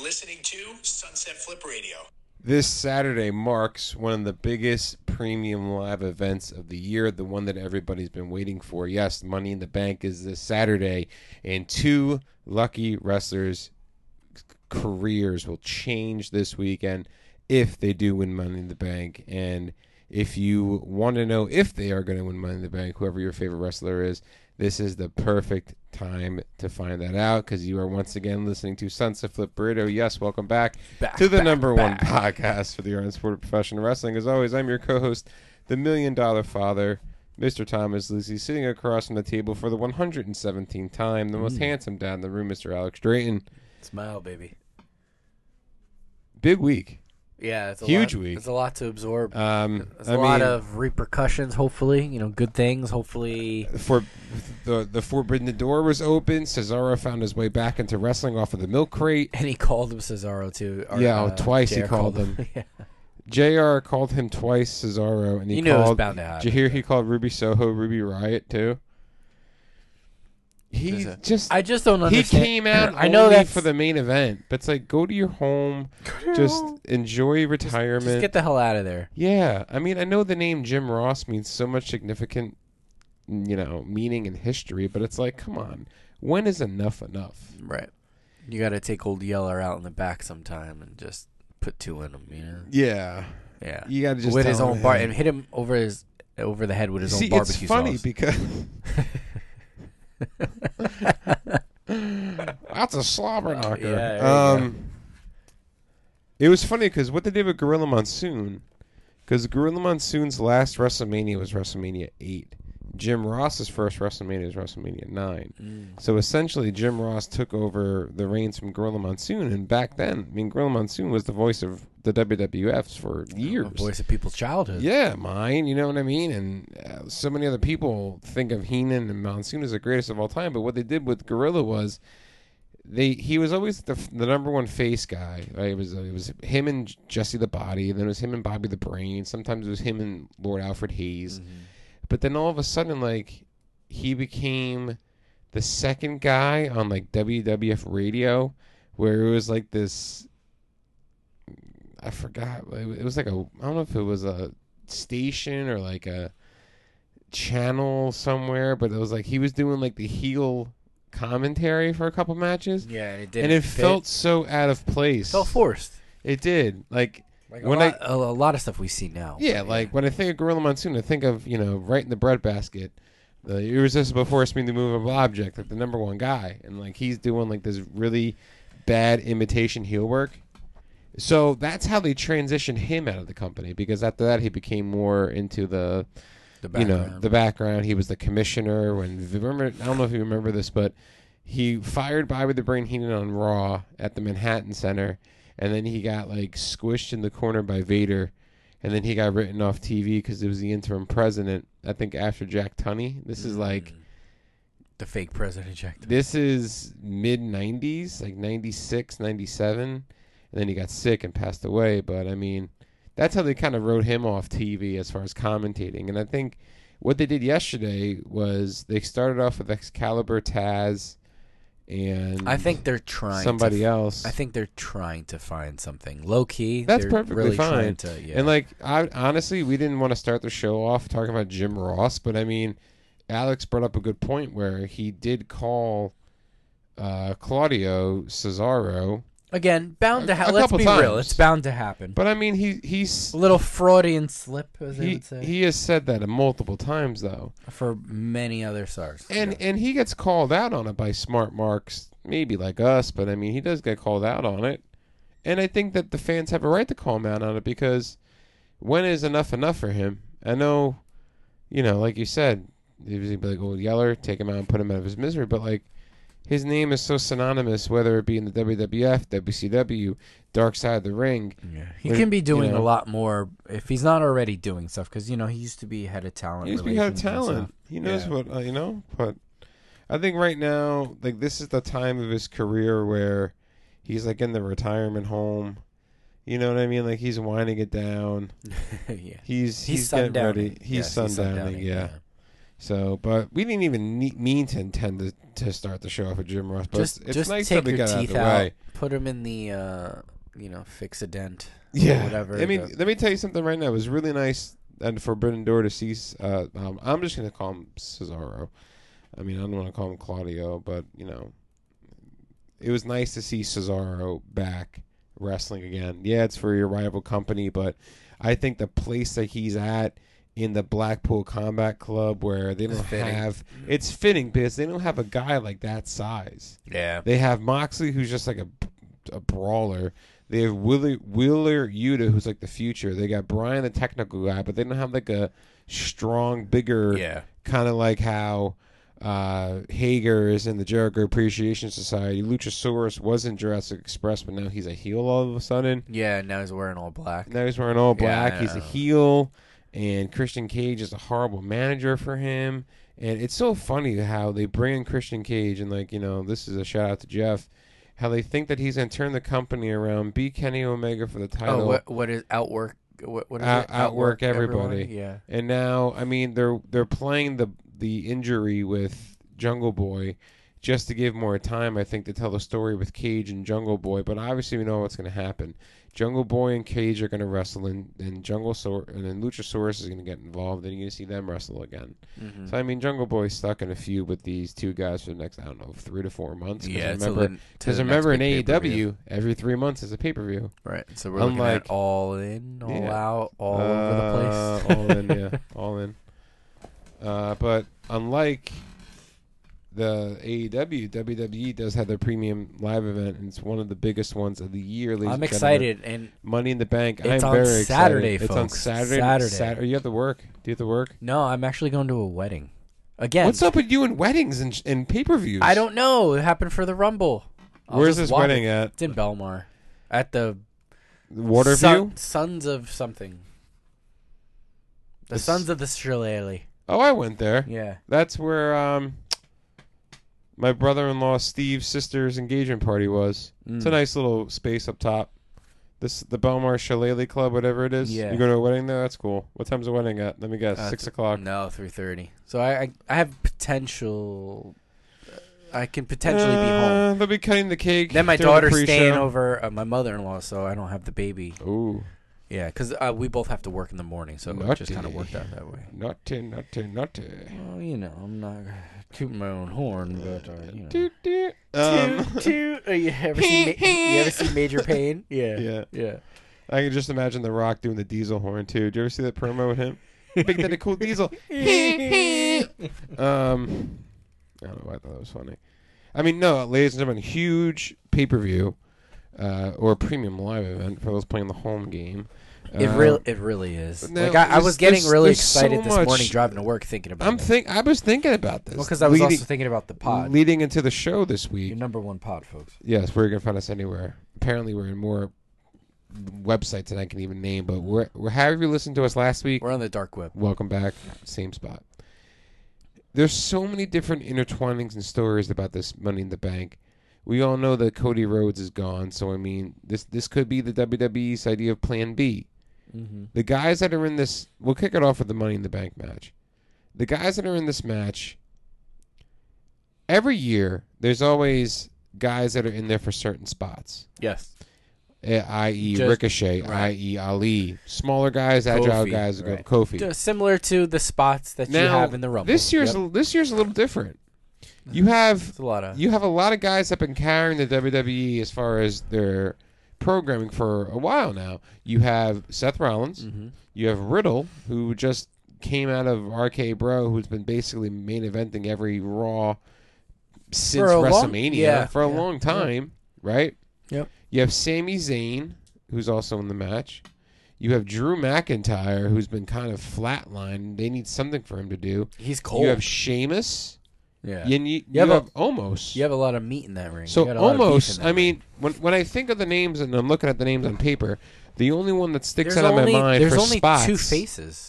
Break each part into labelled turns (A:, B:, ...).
A: listening to Sunset Flip Radio.
B: This Saturday marks one of the biggest premium live events of the year, the one that everybody's been waiting for. Yes, Money in the Bank is this Saturday, and two lucky wrestlers' careers will change this weekend if they do win Money in the Bank. And if you want to know if they are going to win Money in the Bank, whoever your favorite wrestler is, this is the perfect time to find that out because you are once again listening to Sunset Flip Burrito. Yes, welcome back,
C: Back,
B: to the
C: back,
B: number
C: back.
B: one podcast for the art and sport of professional wrestling. As always, I'm your co-host, the Million Dollar Father, Mr. Thomas Lucy, sitting across from the table for the 117th time, the
C: Mm.
B: most handsome dad in the room, Mr. Alex Drayton.
C: Smile, baby.
B: Big week.
C: Yeah, it's a
B: Huge
C: lot-
B: week.
C: It's a lot to absorb.
B: Um,
C: There's
B: I
C: a lot
B: mean,
C: of repercussions. Hopefully, you know, good things. Hopefully,
B: for the the forbidden door was open. Cesaro found his way back into wrestling off of the milk crate.
C: and he called him Cesaro too. or,
B: Yeah, oh,
C: uh,
B: twice he
C: JR
B: called him.
C: yeah.
B: JR called him twice Cesaro, and he
C: You knew it was
B: called.
C: bound to happen.
B: Did you hear he called Ruby Soho Ruby Riot too? He
D: There's a-
B: just
C: I just don't
B: he
C: understand.
B: came out.
C: I know
B: that
C: that's-
B: for the main event, but it's like go to your home, just enjoy retirement.
C: Just get the hell out of there.
B: yeah, I mean, I know the name Jim Ross means so much significant, you know, meaning in history, but it's like, come on, when is enough enough?
C: Right. You got to take old Yeller out in the back sometime and just put two in him. You know.
B: Yeah,
C: Yeah.
B: you got to just
C: with his
B: tell
C: own
B: him,
C: bar
B: hey.
C: and hit him over his over the head with his
B: See,
C: own barbecue
B: it's funny
C: sauce.
B: because that's a slobber knocker.
C: yeah, there you
B: um, it was funny because what they did with Gorilla Monsoon, because Gorilla Monsoon's last WrestleMania was WrestleMania eight. Jim Ross's first WrestleMania was WrestleMania nine.
C: Mm.
B: So essentially, Jim Ross took over the reins from Gorilla Monsoon, and back then, I mean, Gorilla Monsoon was the voice of the WWFs for years.
C: The voice of people's childhood.
B: Yeah, mine. You know what I mean? And uh, so many other people think of Heenan and Monsoon as the greatest of all time. But what they did with Gorilla was they he was always the, the number one face guy. Right? It was uh, it was him and Jesse the Body, and then it was him and Bobby the Brain. Sometimes it was him and Lord Alfred Hayes. But then all of a sudden, like he became the second guy on like WWF radio, where it was like this. I forgot. It it was like a. I don't know if it was a station or like a channel somewhere, but it was like he was doing like the heel commentary for a couple matches,
C: Yeah, and it did.
B: and it felt so out of place.
C: felt forced.
B: It did. Like
C: Like
B: When
C: a, lot, a- a lot of stuff we see now.
B: yeah, like when I think of Gorilla Monsoon, I think of you know right in the breadbasket, the irresistible force me to move of object, like the number one guy, and like he's doing like this really bad imitation heel work. So that's how they transitioned him out of the company because after that he became more into the
C: the
B: you know the background. He was the commissioner when remember I don't know if you remember this, but he fired Bobby the Brain Heenan on Raw at the Manhattan Center, and then he got like squished in the corner by Vader, and then he got written off TV because it was the interim president. I think after Jack Tunney. This is like
C: the fake president ejected.
B: this is mid 90s, like 96, 97. And then he got sick and passed away. But I mean, that's how they kind of wrote him off TV as far as commentating. And I think what they did yesterday was they started off with Excalibur, Taz, and
C: I think they're trying.
B: somebody
C: to,
B: else.
C: I think they're trying to find something low key.
B: That's
C: they're
B: perfectly
C: really
B: fine.
C: trying To, yeah.
B: And like, I honestly, we didn't want to start the show off talking about Jim Ross, but I mean, Alex brought up a good point where he did call uh, Claudio Cesaro,
C: again, bound to
B: a- a
C: happen. Let's
B: couple
C: be real.
B: times.
C: It's bound to happen.
B: but I mean, he he's
C: a little Freudian slip, as they
B: he,
C: would say,
B: he has said that multiple times though,
C: for many other stars.
B: and and he gets called out on it by smart marks, maybe like us, but I mean, he does get called out on it, and I think that the fans have a right to call him out on it because when is enough enough for him? I know, you know, like you said, he was gonna be like, "Oh, Yeller, take him out and put him out of his misery," but like. His name is so synonymous, whether it be in the WWF, WCW, Dark Side of the Ring.
C: Yeah, he
B: Where,
C: can be
B: you
C: doing
B: know-
C: a lot more if he's not already doing stuff because you know he used to be head of talent.
B: He used to be head of
C: relations and stuff.
B: talent. He knows
C: Yeah.
B: what uh, you know. But I think right now, like this is the time of his career where he's like in the retirement home. You know what I mean? Like he's winding it down.
C: yeah,
B: He's he's, getting
C: sundowning.
B: ready. He's
C: Yes,
B: sundowning. yeah. So, but we didn't even need, mean to intend to, to start the show off with Jim Ross. But
C: just
B: it's, it's
C: just
B: nice that
C: take
B: we
C: your
B: got out of
C: teeth
B: the
C: out,
B: way.
C: put them in the uh, you know fix a dent.
B: Yeah.
C: whatever
B: I mean,
C: the-
B: let me tell you something right now. It was really nice and for Brendan Door to see. Uh, um, I'm just gonna call him Cesaro. I mean, I don't want to call him Claudio, but you know, it was nice to see Cesaro back wrestling again. Yeah, it's for your rival company, but I think the place that he's at in the Blackpool Combat Club, where they
C: It's
B: don't
C: fitting.
B: have, it's fitting because they don't have a guy like that size.
C: Yeah,
B: They have Moxley, who's just like a, a brawler. They have Wheeler, Wheeler Yuta, who's like the future. They got Brian, the technical guy, but they don't have like a strong, bigger
C: yeah,
B: kind of like how uh, Hager is in the Jericho Appreciation Society. Luchasaurus was in Jurassic Express, but now he's a heel all of a sudden.
C: yeah. and Now he's wearing all black.
B: Now he's wearing all
C: Yeah, I
B: black. he's a
C: know.
B: heel, and Christian Cage is a horrible manager for him. And it's so funny how they bring in Christian Cage, and like you know, this is a shout out to Jeff. How they think that he's gonna turn the company around, be Kenny Omega for the title,
C: Oh, what what is outwork? What what is
B: Out-
C: it?
B: outwork everybody.
C: everyone? Yeah,
B: and now I mean they're they're playing the the injury with Jungle Boy just to give more time, I think, to tell the story with Cage and Jungle Boy. But obviously, we know what's going to happen. Jungle Boy and Cage are going to wrestle, and, and Jungle Sor- and then Luchasaurus is going to get involved, and you're going to see them wrestle again.
C: Mhm.
B: So I mean, Jungle Boy's stuck in a feud with these two guys for the next I don't know three to four months. 'cause
C: yeah. till
B: remember,
C: the- till
B: because
C: the next
B: remember in
C: big pay-per-view.
B: AEW, every three months is a pay per view.
C: right? So we're looking at
B: Unlike-
C: all in, all
B: Yeah.
C: out, all over the
B: Uh,
C: place.
B: all in, yeah, all in. Uh, but unlike the E AEW, WWE E does have their premium live event, and it's one of the biggest ones of the year. ladies and
C: I'm
B: gentlemen.
C: excited, and
B: Money in the Bank.
C: It's
B: I'm
C: on
B: very
C: Saturday,
B: excited. It's on
C: folks.
B: Saturday.
C: Saturday.
B: Saturday. You have to work. Do you have to work?
C: no, I'm actually going to a wedding again.
B: What's up with you and weddings and, and pay per views?
C: I don't know. It happened for the Rumble. I was
B: Where's
C: just
B: this
C: walking-
B: wedding at?
C: It's in Belmar, at the
B: Waterview.
C: Son- Sons of something. The,
B: The s-
C: Sons of the Shillelagh.
B: Oh, I went there.
C: Yeah.
B: That's where um, my brother-in-law Steve's sister's engagement party was. It's a
C: Mm.
B: nice little space up top. This the Belmar Shillelagh Club, whatever it is.
C: Yeah.
B: You go to a wedding there. That's cool. What time's the wedding at? Let me guess.
C: Uh,
B: Six
C: th-
B: o'clock.
C: No, three thirty. So I, I I have potential. I can potentially be home.
B: Uh, They'll be cutting the cake.
C: Then my
B: during the
C: daughter's staying
B: pre-show.
C: over uh, my mother-in-law, so I don't have the baby.
B: Ooh,
C: Yeah, because uh, we both have to work in the morning, so it just kind of
B: Nutty.
C: worked out that way.
B: naughty, naughty, naughty.
C: Well, you know, I'm not tooting my own horn, but uh, you know.
B: Doot, doot. Um,
C: Toot, toot. Oh, you ever seen? Ma- you ever seen Major Pain? Yeah.
B: Yeah.
C: Yeah.
B: I can just imagine The Rock doing the diesel horn too. Did you ever see that promo with him? Big Daddy Cool Diesel. Um, I don't know why I thought that was funny. I mean, no, ladies and gentlemen, huge pay per view uh, or premium live event for those playing the home game.
C: It
B: Um,
C: really, it really is.
B: no,
C: like I, I
B: there's-
C: was getting
B: there's-
C: really
B: there's
C: excited
B: so
C: this morning
B: much-
C: driving to work, thinking about.
B: I'm
C: it.
B: think I was thinking about this.
C: well, because I was
B: leading,
C: also thinking about the pod,
B: leading into the show this week.
C: your number one pod, folks.
B: Yes, where you can find us anywhere. Apparently, we're in more websites than I can even name. But we're, we're however you listened to us last week.
C: We're on the dark web.
B: Welcome back, same spot. There's so many different intertwinings and stories about this Money in the Bank. We all know that Cody Rhodes is gone, so I mean, this this could be the WWE's idea of Plan B.
C: Mm-hmm.
B: The guys that are in this, we'll kick it off with the Money in the Bank match. The guys that are in this match, every year there's always guys that are in there for certain spots,
C: Yes.
B: eh, i.e.
C: Just-
B: Ricochet,
C: right.
B: i.e. Ali, smaller guys, agile
C: Kofi,
B: guys, who go-
C: right.
B: Kofi.
C: D- Similar to the spots that you
B: Now,
C: have in the rumble.
B: This year's
C: Yep.
B: a, this year's a little different. You have
C: It's a lot of.
B: you have a lot of guys that have been carrying the WWE as far as their programming for a while now. You have Seth Rollins,
C: Mhm.
B: you have Riddle, who just came out of RK Bro, who's been basically main eventing every Raw since
C: a long-
B: WrestleMania
C: yeah,
B: for a
C: yeah,
B: long time, right?
C: Yep.
B: You have Sami Zayn, who's also in the match. You have Drew McIntyre, who's been kind of flatlined. They need something for him to do.
C: He's cold.
B: You have Sheamus.
C: yeah.
B: And you, you
C: have
B: have,
C: a-
B: almost.
C: You have a lot of meat in that ring. You
B: So
C: got a lot of beef
B: almost.
C: in
B: I
C: that ring.
B: mean, when when I think of the names and I'm looking at the names on paper, the only one that sticks
C: there's
B: out of
C: only
B: my mind
C: there's
B: for
C: only
B: spots,
C: two faces.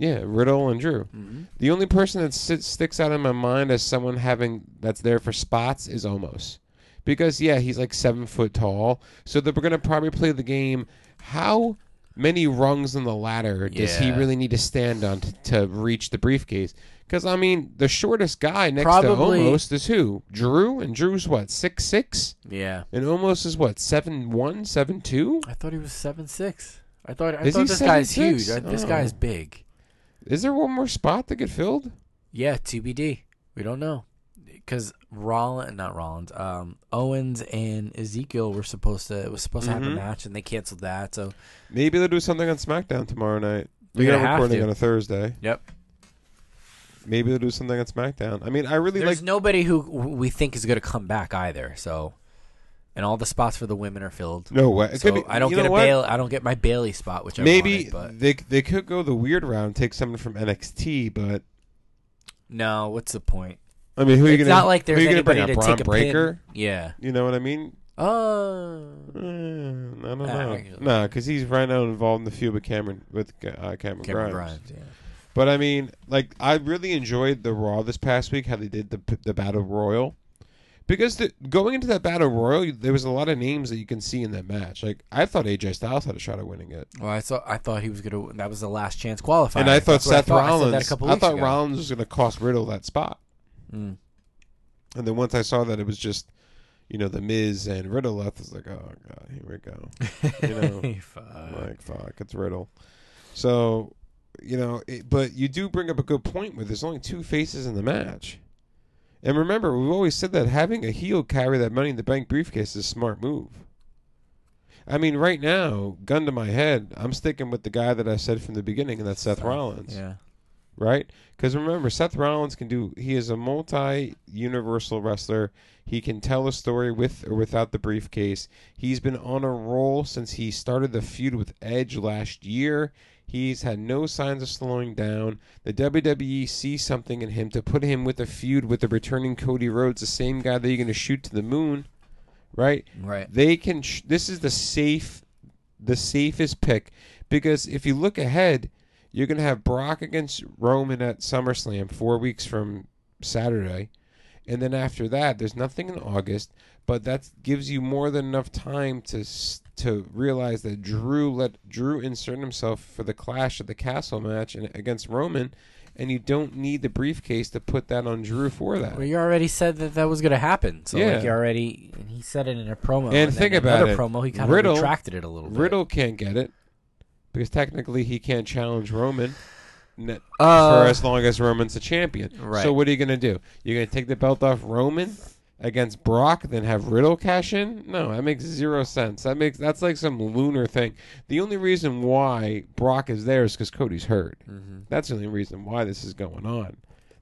B: Yeah, Riddle and Drew.
C: Mhm.
B: The only person that sit, sticks out in my mind as someone having that's there for spots is almost because yeah, he's like seven foot tall. So they're going to probably play the game. How many rungs on the ladder does he
C: Yeah.
B: really need to stand on to, to reach the briefcase? Because I mean, the shortest guy next to
C: Probably-
B: almost is who? Drew, and Drew's what six six,
C: Yeah.
B: and almost is what seven one, seven two.
C: I thought he was seven six. I thought I
B: Is
C: thought
B: he
C: this guy's
B: 7'6"?
C: huge. I, this
B: Oh.
C: guy's big.
B: Is there one more spot to get filled?
C: Yeah, TBD. We don't know because Rollins, not Rollins, um, Owens and Ezekiel were supposed to. It was supposed to have
B: Mhm.
C: a match, and they canceled that. So
B: Maybe they'll do something on SmackDown tomorrow night.
C: They're
B: We are
C: gonna have
B: recording
C: to.
B: on a Thursday.
C: Yep.
B: Maybe they'll do something on SmackDown. I mean, I really
C: there's
B: like.
C: nobody who w- we think is going to come back either. So, and all the spots for the women are filled.
B: No way. It
C: So
B: could be-
C: I don't
B: you
C: get
B: know
C: a
B: what?
C: bail. I don't get my Bailey spot, which I
B: Maybe
C: wanted, but
B: they they could go the weird round, take someone from NXT, but
C: no. What's the point?
B: I mean, who are you
C: It's
B: gonna?
C: not like there's
B: who are you
C: anybody
B: gonna bring
C: to
B: up? Braun
C: take a
B: Breaker.
C: pin. Yeah.
B: You know what I mean?
C: Oh.
B: Uh, I don't know.
C: Ah,
B: Nah,
C: regular.
B: because he's right now involved in the feud with Cameron with uh, Cameron,
C: Cameron
B: Grimes.
C: Grimes. Yeah.
B: But I mean, like I really enjoyed the Raw this past week. How they did the the battle royal, because the, going into that battle royal, you- there was a lot of names that you can see in that match. Like I thought AJ Styles had a shot at winning it,
C: Well, I saw. I thought he was gonna. That was the last chance qualifier.
B: and I thought
C: That's what
B: Seth
C: I said that
B: Rollins. I,
C: a couple weeks
B: thought
C: ago.
B: Rollins was going to cost Riddle that spot,
C: Mm.
B: and then once I saw that it was just, you know, the Miz and Riddle left, I was like, oh god, here we go. You know, I'm
C: Fuck.
B: like fuck, it's Riddle. So, you know, it, but you do bring up a good point where there's only two faces in the match. And remember, we've always said that having a heel carry that money in the bank briefcase is a smart move. I mean, right now, gun to my head, I'm sticking with the guy that I said from the beginning, and that's Seth Rollins,
C: Yeah.
B: right? Because remember, Seth Rollins can do, he is a multi universal wrestler. He can tell a story with or without the briefcase. He's been on a roll since he started the feud with Edge last year. He's had no signs of slowing down. The WWE sees something in him to put him with a feud with the returning Cody Rhodes, the same guy that you're going to shoot to the moon, right?
C: Right.
B: They can. Sh- this is the safe, the safest pick because if you look ahead, you're going to have Brock against Roman at SummerSlam four weeks from Saturday, and then after that, there's nothing in August. But that gives you more than enough time to s- to realize that Drew let Drew insert himself for the Clash of the Castle match and against Roman, and you don't need the briefcase to put that on Drew for that.
C: Well, you already said that that was gonna happen. So
B: Yeah.
C: like you already, and he said it in a promo.
B: And
C: then
B: think
C: in
B: about
C: another
B: it.
C: promo. He kind
B: Riddle-
C: of retracted it a little bit.
B: Riddle can't get it because technically he can't challenge Roman n-
C: Uh,
B: for as long as Roman's a champion.
C: Right.
B: So what are you going to do? You're going to take the belt off Roman against Brock, then have Riddle cash in? No, that makes zero sense. That makes that's like some lunar thing. The only reason why Brock is there is because Cody's hurt.
C: Mm-hmm.
B: That's the only reason why this is going on.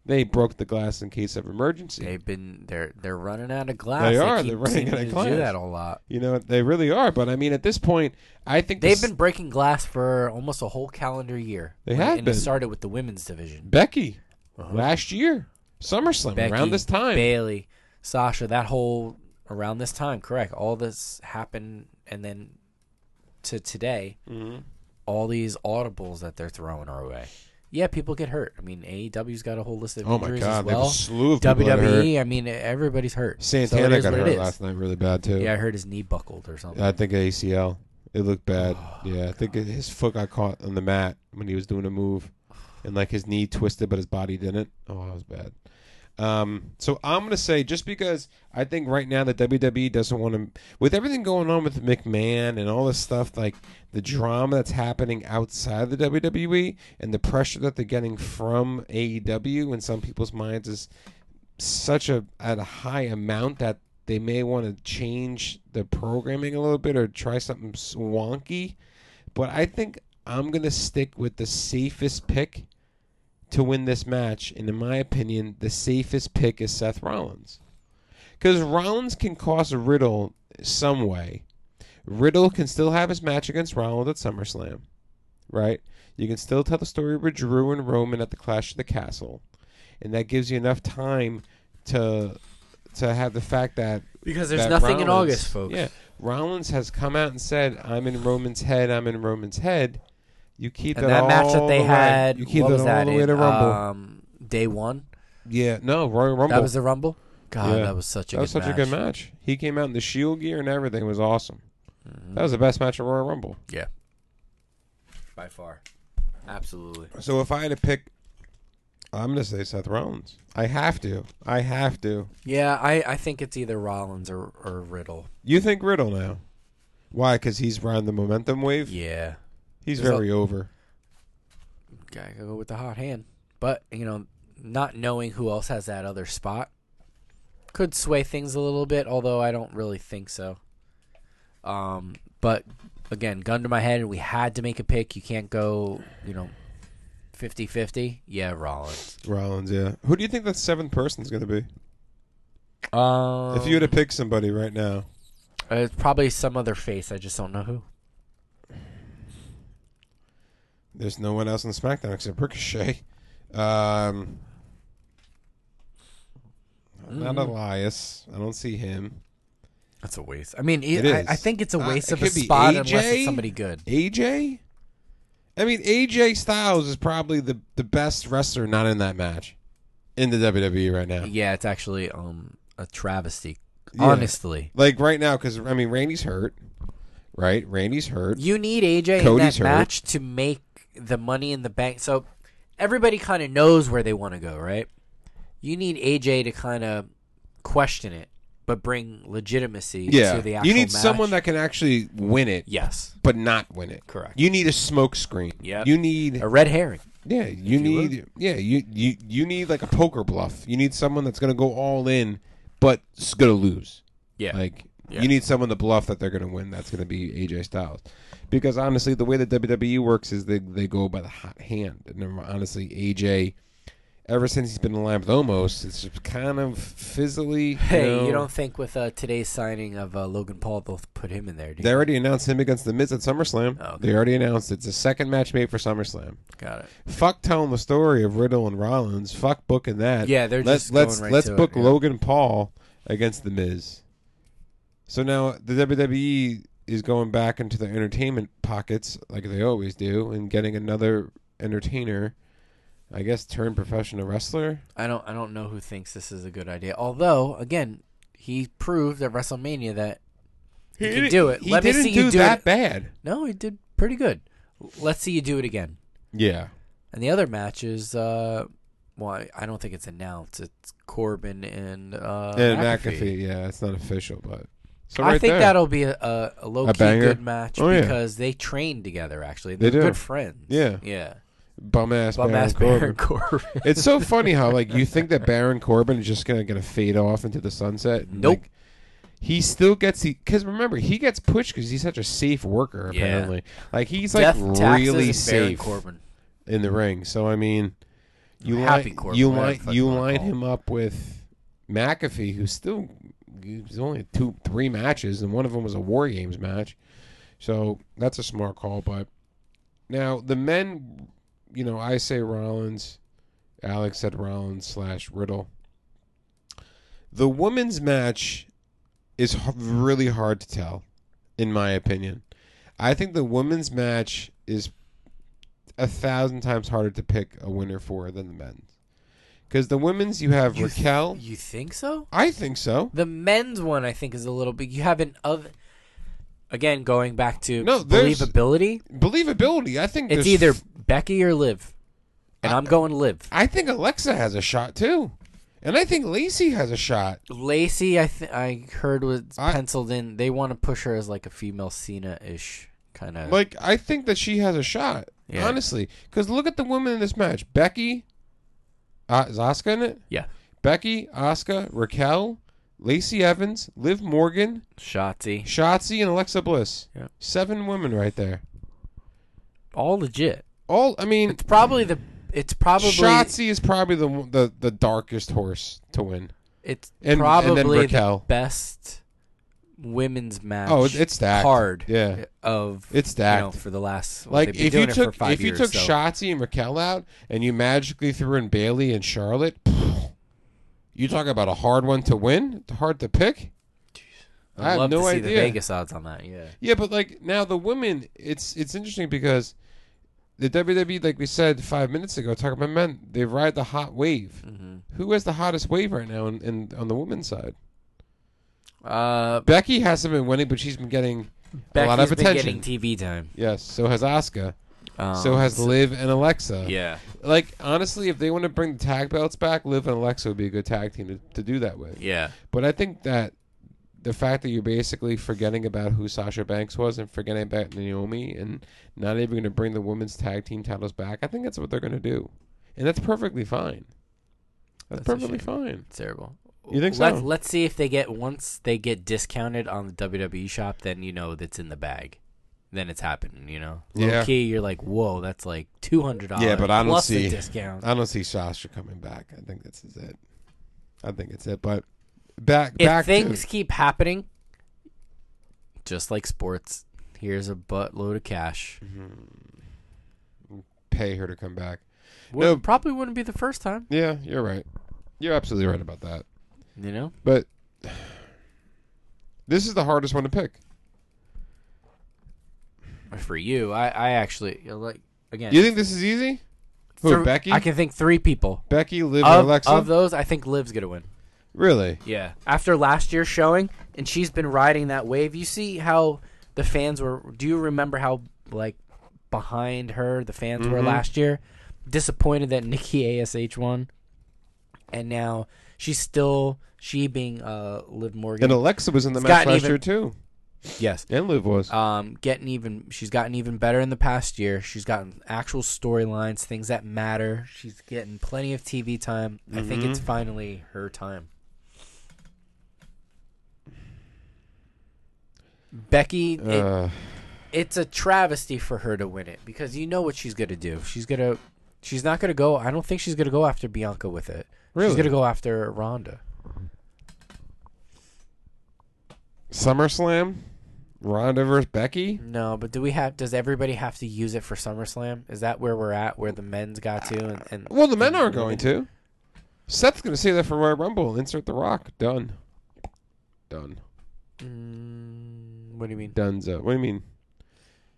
B: They broke the glass in case of emergency.
C: They've been they're they're running out of glass.
B: They are,
C: keep
B: they're running
C: seeming
B: out of
C: to
B: glass.
C: Do that a lot.
B: You know they really are, but I mean at this point, I think
C: They've
B: this-
C: been breaking glass for almost a whole calendar year.
B: They
C: When it-
B: have
C: and
B: been.
C: It started with the women's division.
B: Becky last year, SummerSlam
C: Becky,
B: around this time.
C: Bailey, Sasha, that whole around this time, correct? All this happened, and then to today,
B: Mm-hmm.
C: all these audibles that they're throwing our way. Yeah, people get hurt. I mean, AEW's got a whole list of
B: Oh my
C: injuries
B: god,
C: as
B: they have
C: well.
B: a slew of people that hurt.
C: WWE, I mean, everybody's hurt. So it
B: Santana
C: is
B: got
C: what it
B: hurt
C: is.
B: last night really bad too.
C: Yeah, I heard his knee buckled or something.
B: I think ACL. It looked bad. yeah, I think his foot got caught on the mat when he was doing a move, and like his knee twisted, but his body didn't. Oh, that was bad. Um, so I'm gonna say just because I think right now that WWE doesn't want to, with everything going on with McMahon and all this stuff, like the drama that's happening outside of the WWE and the pressure that they're getting from AEW in some people's minds is such a at a high amount that they may want to change the programming a little bit or try something s- wonky. But I think I'm gonna stick with the safest pick to win this match, and in my opinion, the safest pick is Seth Rollins, because Rollins can cost Riddle some way. Riddle can still have his match against Rollins at SummerSlam, right? You can still tell the story with Drew and Roman at the Clash of the Castle, and that gives you enough time to to have the fact that
C: because there's
B: that
C: nothing in
B: Rollins-
C: August, folks.
B: Yeah, Rollins has come out and said, "I'm in Roman's head. I'm in Roman's head." You keep
C: And that match that
B: all
C: they
B: the way-
C: had,
B: You keep
C: what
B: that
C: was
B: all
C: that
B: the way
C: in,
B: to Rumble.
C: Um, day one.
B: yeah, no, Royal Rumble.
C: That was the Rumble. God,
B: Yeah.
C: that was such a
B: That
C: good
B: was such
C: match.
B: a good match. He came
C: Mm-hmm.
B: out in the Shield gear and everything It was awesome. That was the best match at Royal Rumble.
C: Yeah. by far. Absolutely.
B: So if I had to pick, I'm gonna say Seth Rollins. I have to. I have to.
C: Yeah, I, I think it's either Rollins or, or Riddle.
B: You think Riddle now? Why? Because he's riding the momentum wave.
C: Yeah.
B: He's
C: There's a-
B: very over.
C: Gotta go with the hot hand. But, you know, not knowing who else has that other spot could sway things a little bit, although I don't really think so. Um, but again, gun to my head, we had to make a pick. You can't go, you know, 50 50. Yeah, Rollins.
B: Rollins. Yeah. Who do you think that seventh person's gonna be?
C: Um,
B: if you were to pick somebody right now,
C: uh, it's probably some other face. I just don't know who.
B: there's no one else on SmackDown except Ricochet. Um, Not
C: Mm.
B: Elias. I don't see him.
C: That's a waste. I mean,
B: It
C: I,
B: is.
C: I think it's a
B: Uh,
C: waste
B: it
C: of a
B: could be
C: spot unless
B: AJ?
C: it's somebody good.
B: AJ. I mean, AJ Styles is probably the the best wrestler not in that match in the WWE right now.
C: Yeah, it's actually um a travesty.
B: Yeah.
C: Honestly,
B: Like right now, because I mean, Randy's hurt, right? Randy's hurt.
C: you need AJ in
B: Cody's
C: that
B: hurt.
C: match to make the Money in the Bank. So everybody kind of knows where they want to go, right? You need AJ to kind of question it, but bring legitimacy
B: Yeah,
C: to the actual.
B: you need
C: match.
B: someone that can actually win it,
C: yes,
B: but not win it.
C: Correct.
B: You need a smoke screen.
C: Yep.
B: You need
C: a red herring.
B: yeah. You need yeah. You you you need like a poker bluff. You need someone that's gonna go all in, but is gonna lose.
C: Yeah,
B: Like
C: Yeah.
B: you need someone to bluff that they're going to win. That's going to be AJ Styles, because honestly, the way that WWE works is they they go by the hot hand. And um, honestly, AJ, ever since he's been in the lineup with Omos, it's just kind of fizzly.
C: hey,
B: know.
C: you don't think with uh, today's signing of uh, Logan Paul they'll put him in there? Do you?
B: They already announced him against the Miz at SummerSlam.
C: Oh, okay.
B: They already announced it's a second match made for SummerSlam.
C: Got it.
B: Fuck telling the story of Riddle and Rollins. Fuck booking that.
C: Yeah, they're
B: let's
C: just going
B: let's
C: right
B: let's
C: to it,
B: book
C: yeah.
B: Logan Paul against the Miz. So now the WWE is going back into their entertainment pockets like they always do, and getting another entertainer. I guess turned professional wrestler.
C: I don't I don't know who thinks this is a good idea. Although, again, he proved at WrestleMania that he, can do it.
B: He
C: Let me
B: didn't
C: see
B: do
C: you do
B: that
C: it.
B: bad.
C: No, he did pretty good. Let's see you do it again.
B: Yeah,
C: And the other match is uh well, I- I don't think it's announced. It's Corbin and uh
B: and McAfee. Yeah, it's not official, but so
C: I
B: right
C: think
B: there.
C: that'll be a, a, a low
B: A
C: key
B: banger?
C: good match
B: Oh, yeah.
C: because they train together actually.
B: They
C: They're
B: do.
C: good friends.
B: Yeah.
C: Yeah.
B: bum ass
C: Bum ass Baron
B: Corbin.
C: Corbin.
B: It's so funny how like you think that Baron Corbin is just gonna gonna fade off into the sunset. and,
C: Nope.
B: like, he still gets he because remember he gets pushed because he's such a safe worker
C: Yeah.
B: apparently. Like he's
C: Death,
B: like
C: taxes,
B: really
C: and Baron
B: safe
C: Corbin.
B: in the ring. So I mean, you
C: Mm-hmm. Happy
B: line
C: Corbin,
B: you
C: whatever
B: line
C: the fuck
B: you
C: you wanna
B: line
C: call
B: him up with McAfee, who's still he's only had two three matches, and one of them was a War Games match. So that's a smart call. But now the men, you know, I say Rollins. Alex said Rollins slash Riddle. The women's match is h- really hard to tell, in my opinion. I think the women's match is a thousand times harder to pick a winner for than the men's. Because the women's, you have
C: You th-
B: Raquel.
C: You think so?
B: I think so.
C: The men's one, I think, is a little bit. You have an other. Again, going back to
B: No, there's-
C: believability,
B: Believability. I think
C: it's
B: there's-
C: either Becky or Liv, and I, am going Liv.
B: I think Alexa has a shot too, and I think Lacey has a shot.
C: Lacey, I th- I heard was
B: I-
C: penciled in. They want to push her as like a female Cena ish kind of.
B: Like I think that she has a shot.
C: Yeah.
B: Honestly, because look at the women in this match: Becky, uh, is Asuka in it?
C: yeah,
B: Becky, Asuka, Raquel, Lacey Evans, Liv Morgan,
C: Shotzi,
B: Shotzi, and Alexa Bliss.
C: Yeah.
B: Seven women right there.
C: all legit.
B: All I mean,
C: It's probably the. It's probably
B: Shotzi is probably the the the darkest horse to win.
C: It's
B: and- and then
C: probably the
B: Raquel.
C: best women's match.
B: Oh, it's- it's stacked.
C: hard.
B: Yeah.
C: of
B: It's
C: you know,
B: stacked.
C: for the last well,
B: Like
C: they've been
B: if you
C: doing it for
B: took
C: five
B: if you
C: years,
B: took
C: so.
B: Shotzi and Raquel out and you magically threw in Bailey and Charlotte, you talk about a hard one to win, hard to pick. I
C: I'd
B: have
C: love
B: no
C: to see
B: idea.
C: the Vegas odds on that. Yeah,
B: Yeah, but like now the women, it's it's interesting because the WWE, like we said five minutes ago, talking about men, they ride the hot wave. Who has the hottest wave right now in, in on the women's side?
C: uh,
B: Becky hasn't been winning, but she's been getting a lot
C: Becky's
B: of
C: been
B: attention.
C: getting TV time.
B: yes, so has Asuka.
C: Um,
B: So has Liv and Alexa.
C: yeah,
B: Like honestly, if they want to bring the tag belts back, Liv and Alexa would be a good tag team to, to do that with.
C: yeah,
B: But I think that the fact that you're basically forgetting about who Sasha Banks was and forgetting about Naomi and not even going to bring the women's tag team titles back, I think that's what they're going to do, and that's perfectly fine. That's,
C: That's a
B: perfectly
C: shame.
B: fine.
C: it's terrible.
B: You think
C: Let's,
B: so?
C: let's see if they get once they get discounted on the WWE shop, then you know that's in the bag. Then it's happening, you know. Low
B: Yeah.
C: key, you're like, whoa, that's like two hundred dollars.
B: Yeah, but I don't
C: plus
B: see- Uh,
C: the discount.
B: I don't see Sasha coming back. I think this is it. I think it's it. But back
C: if
B: back
C: things
B: to
C: keep happening, just like sports, here's a buttload of cash.
B: Mm-hmm. pay her to come back.
C: Would-
B: No.
C: probably wouldn't be the first time,
B: Yeah, you're right. You're absolutely right about that.
C: you know.
B: But this is the hardest one to pick.
C: For you, I, I actually you're like again.
B: You think this is easy? Who,
C: thr-
B: Becky?
C: I can think three people
B: Becky, Liv, and
C: of,
B: Alexa?
C: of those. I think Liv's gonna win.
B: really?
C: Yeah. After last year's showing, and she's been riding that wave. You see how the fans were. Do you remember how like behind her the fans were
B: Mm-hmm.
C: last year? Disappointed that Nikki Ash won, and now she's still she being uh Liv Morgan.
B: And Alexa was in the
C: It's
B: match
C: gotten
B: last
C: even-
B: year, too.
C: yes.
B: And Liv was.
C: Um, getting even, she's gotten even better in the past year. She's gotten actual storylines, things that matter. She's getting plenty of TV time. I think it's
B: Mm-hmm.
C: finally her time. Becky, it-
B: Uh,
C: it's a travesty for her to win it because you know what she's gonna do. She's gonna, she's not gonna go. I don't think she's gonna go after Bianca with it.
B: Really?
C: She's gonna go after Ronda.
B: SummerSlam? Ronda versus Becky?
C: No, but do we have? Does everybody have to use it for SummerSlam? Is that where we're at? Where the men's got to, and, and
B: Well, the men aren't going to. Seth's going to say that for Royal Rumble. Insert The Rock. Done. Done.
C: Mm, what do you mean?
B: Dunzo. What do you mean?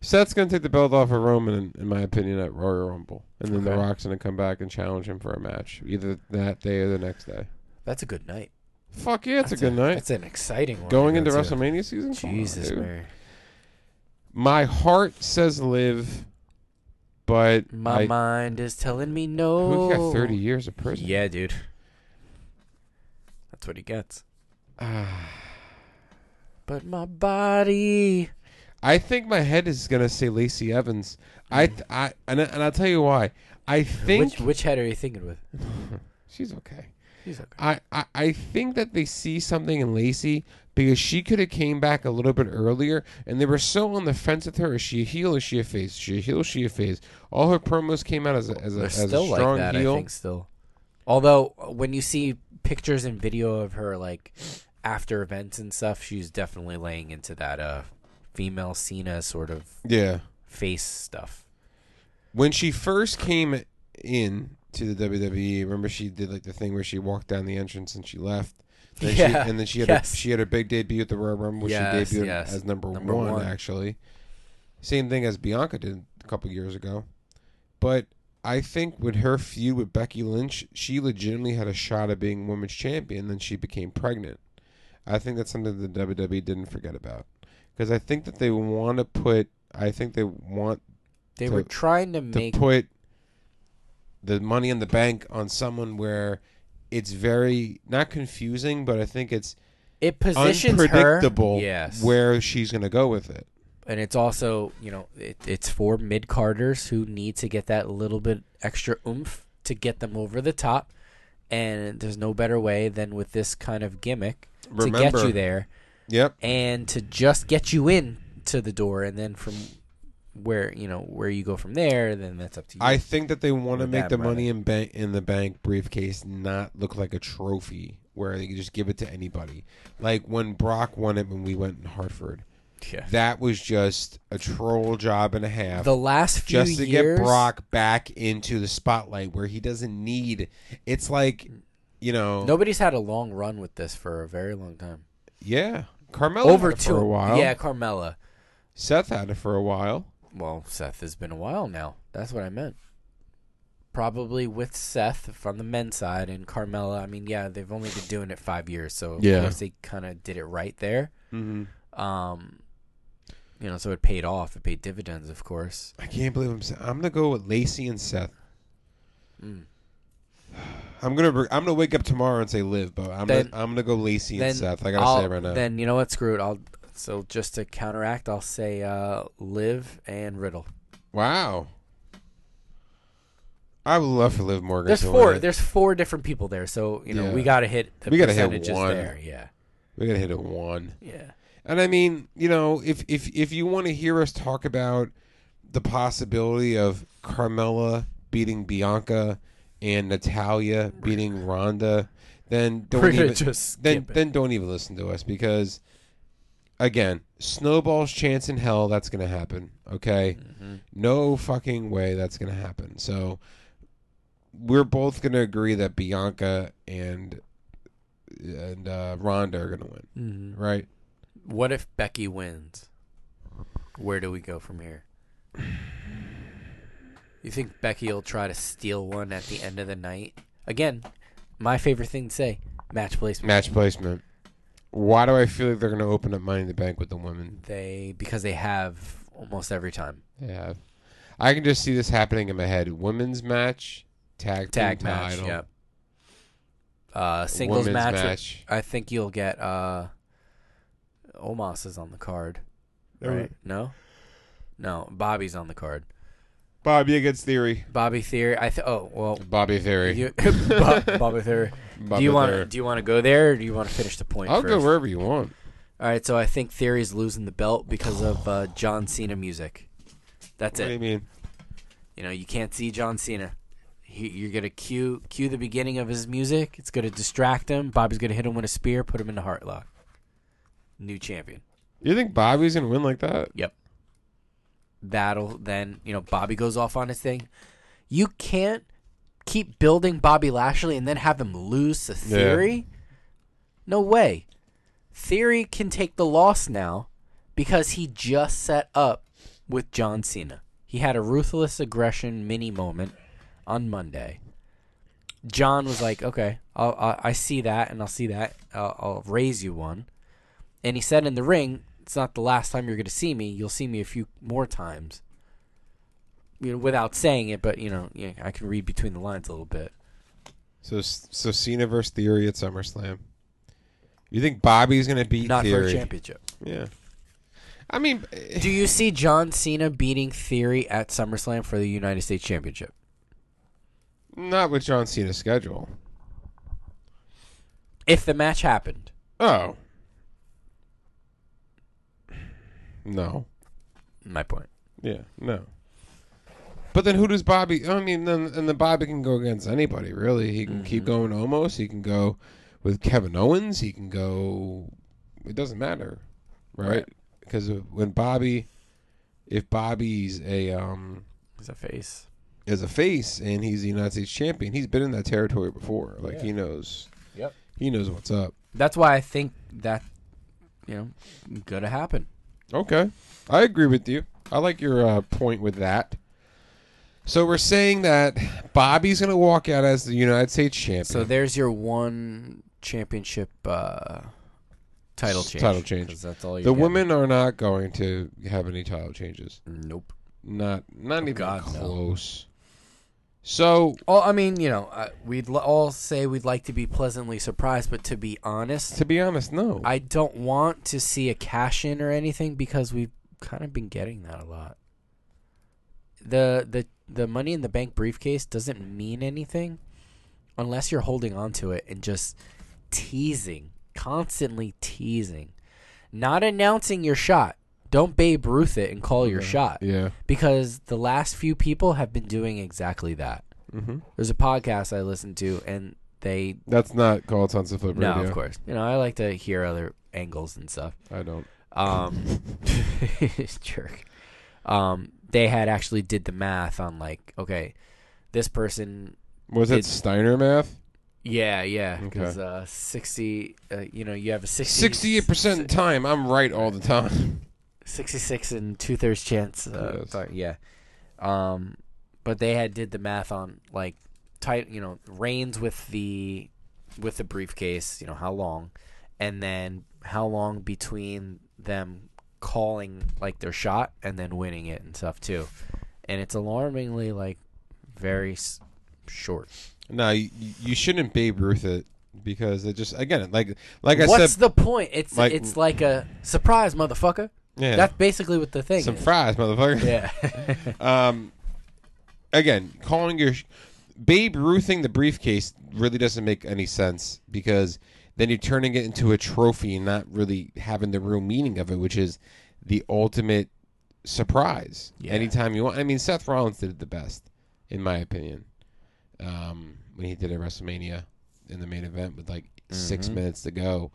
B: Seth's gonna take the belt off of Roman, in, in my opinion, at Royal Rumble, and then The
C: Okay.
B: Rock's gonna come back and challenge him for a match, either that day or the next day.
C: That's a good night.
B: Fuck yeah, it's a good night.
C: That's an exciting one.
B: Going into
C: to go to.
B: WrestleMania season. Come on,
C: Jesus,
B: dude.
C: Mary.
B: My heart says live, but
C: My
B: I,
C: mind is telling me
B: who
C: no.
B: got thirty years of prison?
C: Yeah, dude. That's what he gets.
B: Ah,
C: but my body.
B: I think my head is gonna say Lacey Evans. I, th- I, and, I- and I'll tell you why. I think
C: Mm. Which which head are you thinking with?
B: she's okay.
C: He's okay.
B: I, I, I think that they see something in Lacey because she could have came back a little bit earlier, and they were so on the fence with her. Is she a heel? Is she a face? Is she a heel? Is she a face? All her promos came out as a, as a,
C: They're
B: as a
C: still
B: strong
C: like that.
B: heel.
C: I think still. Although when you see pictures and video of her like after events and stuff, she's definitely laying into that uh female Cena sort of
B: Yeah.
C: face stuff.
B: When she first came in to the WWE, remember she did like the thing where she walked down the entrance and she left. Then
C: Yeah,
B: She, and then she had
C: yes.
B: her, she had her big debut at the Royal Rumble. where
C: Yes,
B: she debuted
C: yes.
B: as number,
C: Number
B: one,
C: one.
B: actually. Same thing as Bianca did a couple years ago. But I think with her feud with Becky Lynch, she legitimately had a shot at being women's champion. Then she became pregnant. I think that's something that WWE E didn't forget about because I think that they want to put. I think they want
C: They
B: To-
C: were trying to
B: to
C: make
B: put the money in the bank on someone where it's very not confusing, but I think it's
C: it positions
B: unpredictable
C: her. Yes,
B: where she's going to go with it.
C: and it's also you know it, it's for mid carders who need to get that little bit extra oomph to get them over the top, and there's no better way than with this kind of gimmick to get
B: Remember-
C: you there.
B: Yep.
C: and to just get you in to the door and then from where you know where you go from there then that's up to you
B: I think that they want to
C: With
B: make
C: that
B: the money in bank in the bank briefcase not look like a trophy where they can just give it to anybody. Like when Brock won it when we went in Hartford.
C: Yeah.
B: That was just a troll job and a half.
C: the last few
B: just to
C: years
B: get Brock back into the spotlight where he doesn't need. It's like, you know,
C: nobody's had a long run with this for a very long time
B: yeah. Carmella
C: over
B: had it
C: two
B: for a while.
C: yeah carmella
B: Seth had it for a while.
C: well seth has been a while now that's what i meant probably with seth from the men's side and carmella i mean yeah they've only been doing it five years so of
B: Yeah.
C: course they kind of did it right there
B: Mm-hmm.
C: um You know, so it paid off. It paid dividends, of course.
B: I can't believe I'm. sa- I'm gonna go with Lacey and Seth.
C: Mm.
B: I'm gonna. br- I'm gonna wake up tomorrow and say live, but I'm.
C: Then-
B: gonna, I'm gonna go Lacey and Seth. I gotta
C: I'll-
B: say it right now.
C: Then you know what? Screw it. I'll so just to counteract, I'll say uh, Liv and Riddle.
B: wow. I would love for Liv Morgan.
C: There's
B: to
C: four.
B: Win it.
C: There's four different people there, so you know
B: Yeah.
C: we gotta hit the
B: We gotta hit
C: percentages
B: one.
C: there. Yeah,
B: We gotta hit a one.
C: yeah.
B: And I mean, you know, if if if you want to hear us talk about the possibility of Carmella beating Bianca and Natalia beating Ronda, then don't
C: We're gonna
B: even
C: just
B: then
C: skip it.
B: then don't even listen to us because again, snowball's chance in hell that's going to happen, okay?
C: Mm-hmm.
B: No fucking way that's going to happen. So we're both going to agree that Bianca and and uh, Ronda are going to win,
C: hmm
B: right?
C: What if Becky wins? Where do we go from here? You think Becky will try to steal one at the end of the night? Again, my favorite thing to say: match placement.
B: Match placement. Why do I feel like they're going to open up Money in the Bank with the women?
C: They because they have almost every time.
B: Yeah, I can just see this happening in my head. Women's match, tag team
C: tag match.
B: title,
C: Yep. Uh, singles
B: women's
C: match,
B: match.
C: I think you'll get uh, Omos is on the card,
B: There we-
C: right? No, no, Bobby's on the card.
B: Bobby against Theory.
C: Bobby Theory. I th- oh well.
B: Bobby Theory.
C: You, Bo- Bobby Theory.
B: Bobby
C: do you want
B: Theory.
C: to do you want to go there, or do you want to finish the point?
B: I'll
C: first?
B: go wherever you want.
C: All right. So I think Theory's losing the belt because of uh, John Cena music. That's
B: What do
C: it.
B: you mean?
C: You know, you can't see John Cena. He, you're gonna cue cue the beginning of his music. It's gonna distract him. Bobby's gonna hit him with a spear, put him in the heart lock. New champion.
B: You think Bobby's going to win like that?
C: Yep. That'll then you know Bobby goes off on his thing. You can't keep building Bobby Lashley and then have him lose to Theory. No way. Theory can take the loss now because he just set up with John Cena. He had a ruthless aggression mini moment on Monday. John was like, "Okay, I'll, i I see that, and I'll see that. I'll, I'll raise you one." And he said in the ring, "It's not the last time you're going to see me. You'll see me a few more times." You know, without saying it, but you know, yeah, I can read between the lines a little bit.
B: So so Cena versus Theory at SummerSlam. You think Bobby's going to beat
C: Not for
B: Theory?
C: a championship.
B: Yeah. I mean, eh,
C: Do you see John Cena beating Theory at SummerSlam for the United States Championship?
B: not with John Cena's schedule.
C: If the match happened,
B: Oh. No.
C: my point.
B: Yeah, no. But then who does Bobby? I mean, then and then Bobby can go against anybody. Really, he can keep going. Almost, he can go with Kevin Owens. He can go. It doesn't matter, right? Because when Bobby, if Bobby's a um
C: He's a face.
B: is a face and he's the United States champion, he's been in that territory before. Like he knows.
C: Yep.
B: He knows what's up.
C: That's why I think that, you know, gonna happen.
B: Okay. I agree with you. I like your uh, point with that. So we're saying that Bobby's going to walk out as the United States champion.
C: So there's your one championship uh, title
B: S-
C: change.
B: title change.
C: 'cause That's all you
B: the
C: get.
B: women are not going to have any title changes.
C: Nope.
B: Not not even
C: Oh, God, no.
B: close. So
C: Well, I mean, you know, uh, we'd l- all say we'd like to be pleasantly surprised, but to be honest,
B: to be honest, no.
C: I don't want to see a cash in or anything because we've kind of been getting that a lot. The the the money in the bank briefcase doesn't mean anything unless you're holding on to it and just teasing, constantly teasing. Not announcing your shot. Don't Babe Ruth it and call your shot
B: yeah.
C: because the last few people have been doing exactly that.
B: Mhm.
C: There's a podcast I listen to and they
B: That's not called Sons of Flip
C: no,
B: Radio.
C: of course. You know, I like to hear other angles and stuff.
B: I don't.
C: Um, jerk. Um, they had actually did the math on like, okay, this person,
B: Was it,
C: It-
B: Steiner math?
C: yeah, yeah, because
B: Okay.
C: uh, sixty, uh, you know, you have a 60,
B: Sixty-eight percent of the time, I'm right all the time.
C: 66 and two thirds chance. Uh,
B: Yes.
C: sorry, yeah. Um, but they had did the math on like tight, you know, Reigns with the with the briefcase. You know how long, and then how long between them calling like their shot and then winning it and stuff too. And it's alarmingly like very s- short.
B: No, you, you shouldn't Babe Ruth it because it just again like like I
C: What's
B: said,
C: the point? It's
B: like-
C: it's like a surprise, motherfucker.
B: yeah,
C: That's basically what the thing
B: some
C: is.
B: fries, motherfucker.
C: yeah.
B: Um, again, calling your sh- Babe Ruthing the briefcase really doesn't make any sense because then you're turning it into a trophy and not really having the real meaning of it, which is the ultimate surprise.
C: Yeah.
B: Anytime you want. I mean, Seth Rollins did it the best, in my opinion, um, when he did it at WrestleMania in the main event with like six minutes to go.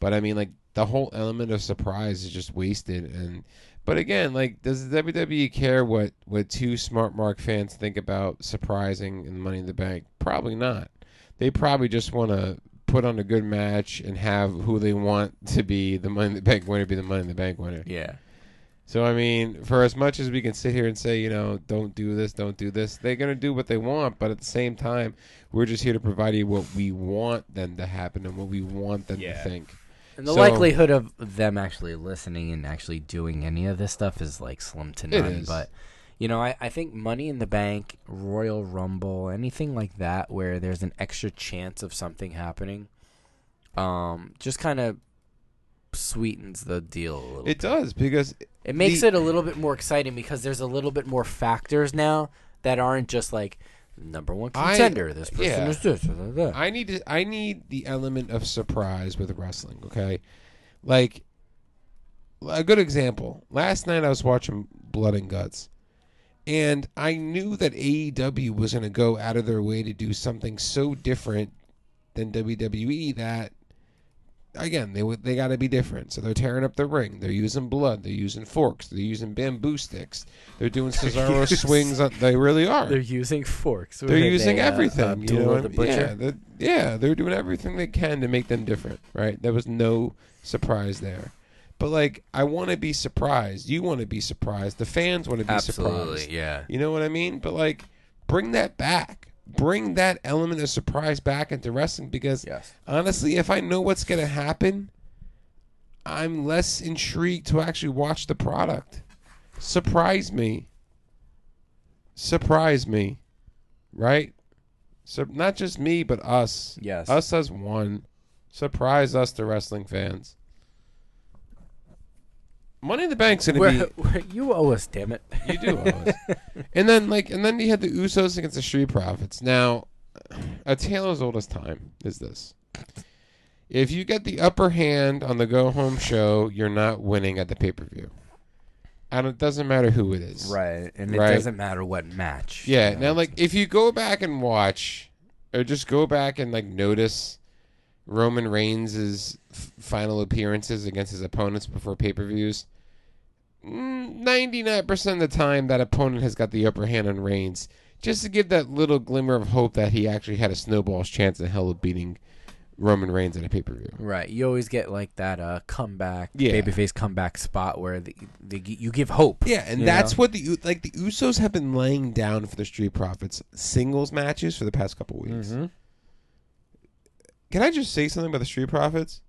B: But I mean, like the whole element of surprise is just wasted. And but again, like does the WWE care what what two smart mark fans think about surprising and Money in the Bank? Probably not. They probably just want to put on a good match and have who they want to be the Money in the Bank winner be the Money in the Bank winner.
C: yeah.
B: So I mean, for as much as we can sit here and say, you know, don't do this, don't do this, they're gonna do what they want, but at the same time, we're just here to provide you what we want them to happen and what we want them
C: Yeah.
B: to think.
C: And the
B: So-
C: likelihood of them actually listening and actually doing any of this stuff is like slim to none.
B: is.
C: But you know, I, I think Money in the Bank, Royal Rumble, anything like that where there's an extra chance of something happening, um, just kind of sweetens the deal a little.
B: It does because
C: It makes
B: The-
C: it a little bit more exciting because there's a little bit more factors now that aren't just like number one
B: I-
C: contender. this person
B: yeah.
C: is this. da, da, da.
B: I need to, I need the element of surprise with wrestling. Okay, like a good example. Last night I was watching Blood and Guts, and I knew that AEW was going to go out of their way to do something so different than WWE that. Again, they would- they got to be different. So they're tearing up the ring. They're using blood. They're using forks. They're using bamboo sticks. They're doing Cesaro swings. On, they really are.
C: They're using forks. uh,
B: They're using everything. you know what
C: the
B: I mean? Yeah,
C: butcher.
B: they're, yeah, they're doing everything they can to make them different, right? There was no surprise there. But like, I want to be surprised. You want to be surprised. The fans want to be surprised.
C: yeah.
B: You know what I mean? But like, bring that back. Bring that element of surprise back into wrestling because
C: Yes.
B: honestly, if I know what's gonna happen, I'm less intrigued to actually watch the product. Surprise me. Surprise me. Right? So not just me, but us.
C: Yes.
B: Us as one. Surprise us, the wrestling fans. Money in the Bank's gonna be
C: We're, we're, you owe us, damn it.
B: you do owe us. and then like and then you had the Usos against the Street Profits. Now a tale as old as time is this. If you get the upper hand on the go home show, you're not winning at the pay per view. And it doesn't matter who it is.
C: Right. And
B: it Right. doesn't
C: matter what match.
B: Yeah. Now, like, if you go back and watch, or just go back and like notice Roman Reigns' f- final appearances against his opponents before pay per views, ninety nine percent of the time that opponent has got the upper hand on Reigns, just to give that little glimmer of hope that he actually had a snowball's chance in hell of beating Roman Reigns at a pay per view.
C: Right. You always get like that uh, comeback,
B: Yeah.
C: babyface comeback spot where the, the, you give hope.
B: Yeah, and
C: you
B: that's
C: know?
B: what the U- like the Usos have been laying down for the Street Profits singles matches for the past couple weeks.
C: Mm-hmm.
B: Can I just say something about the Street Profits?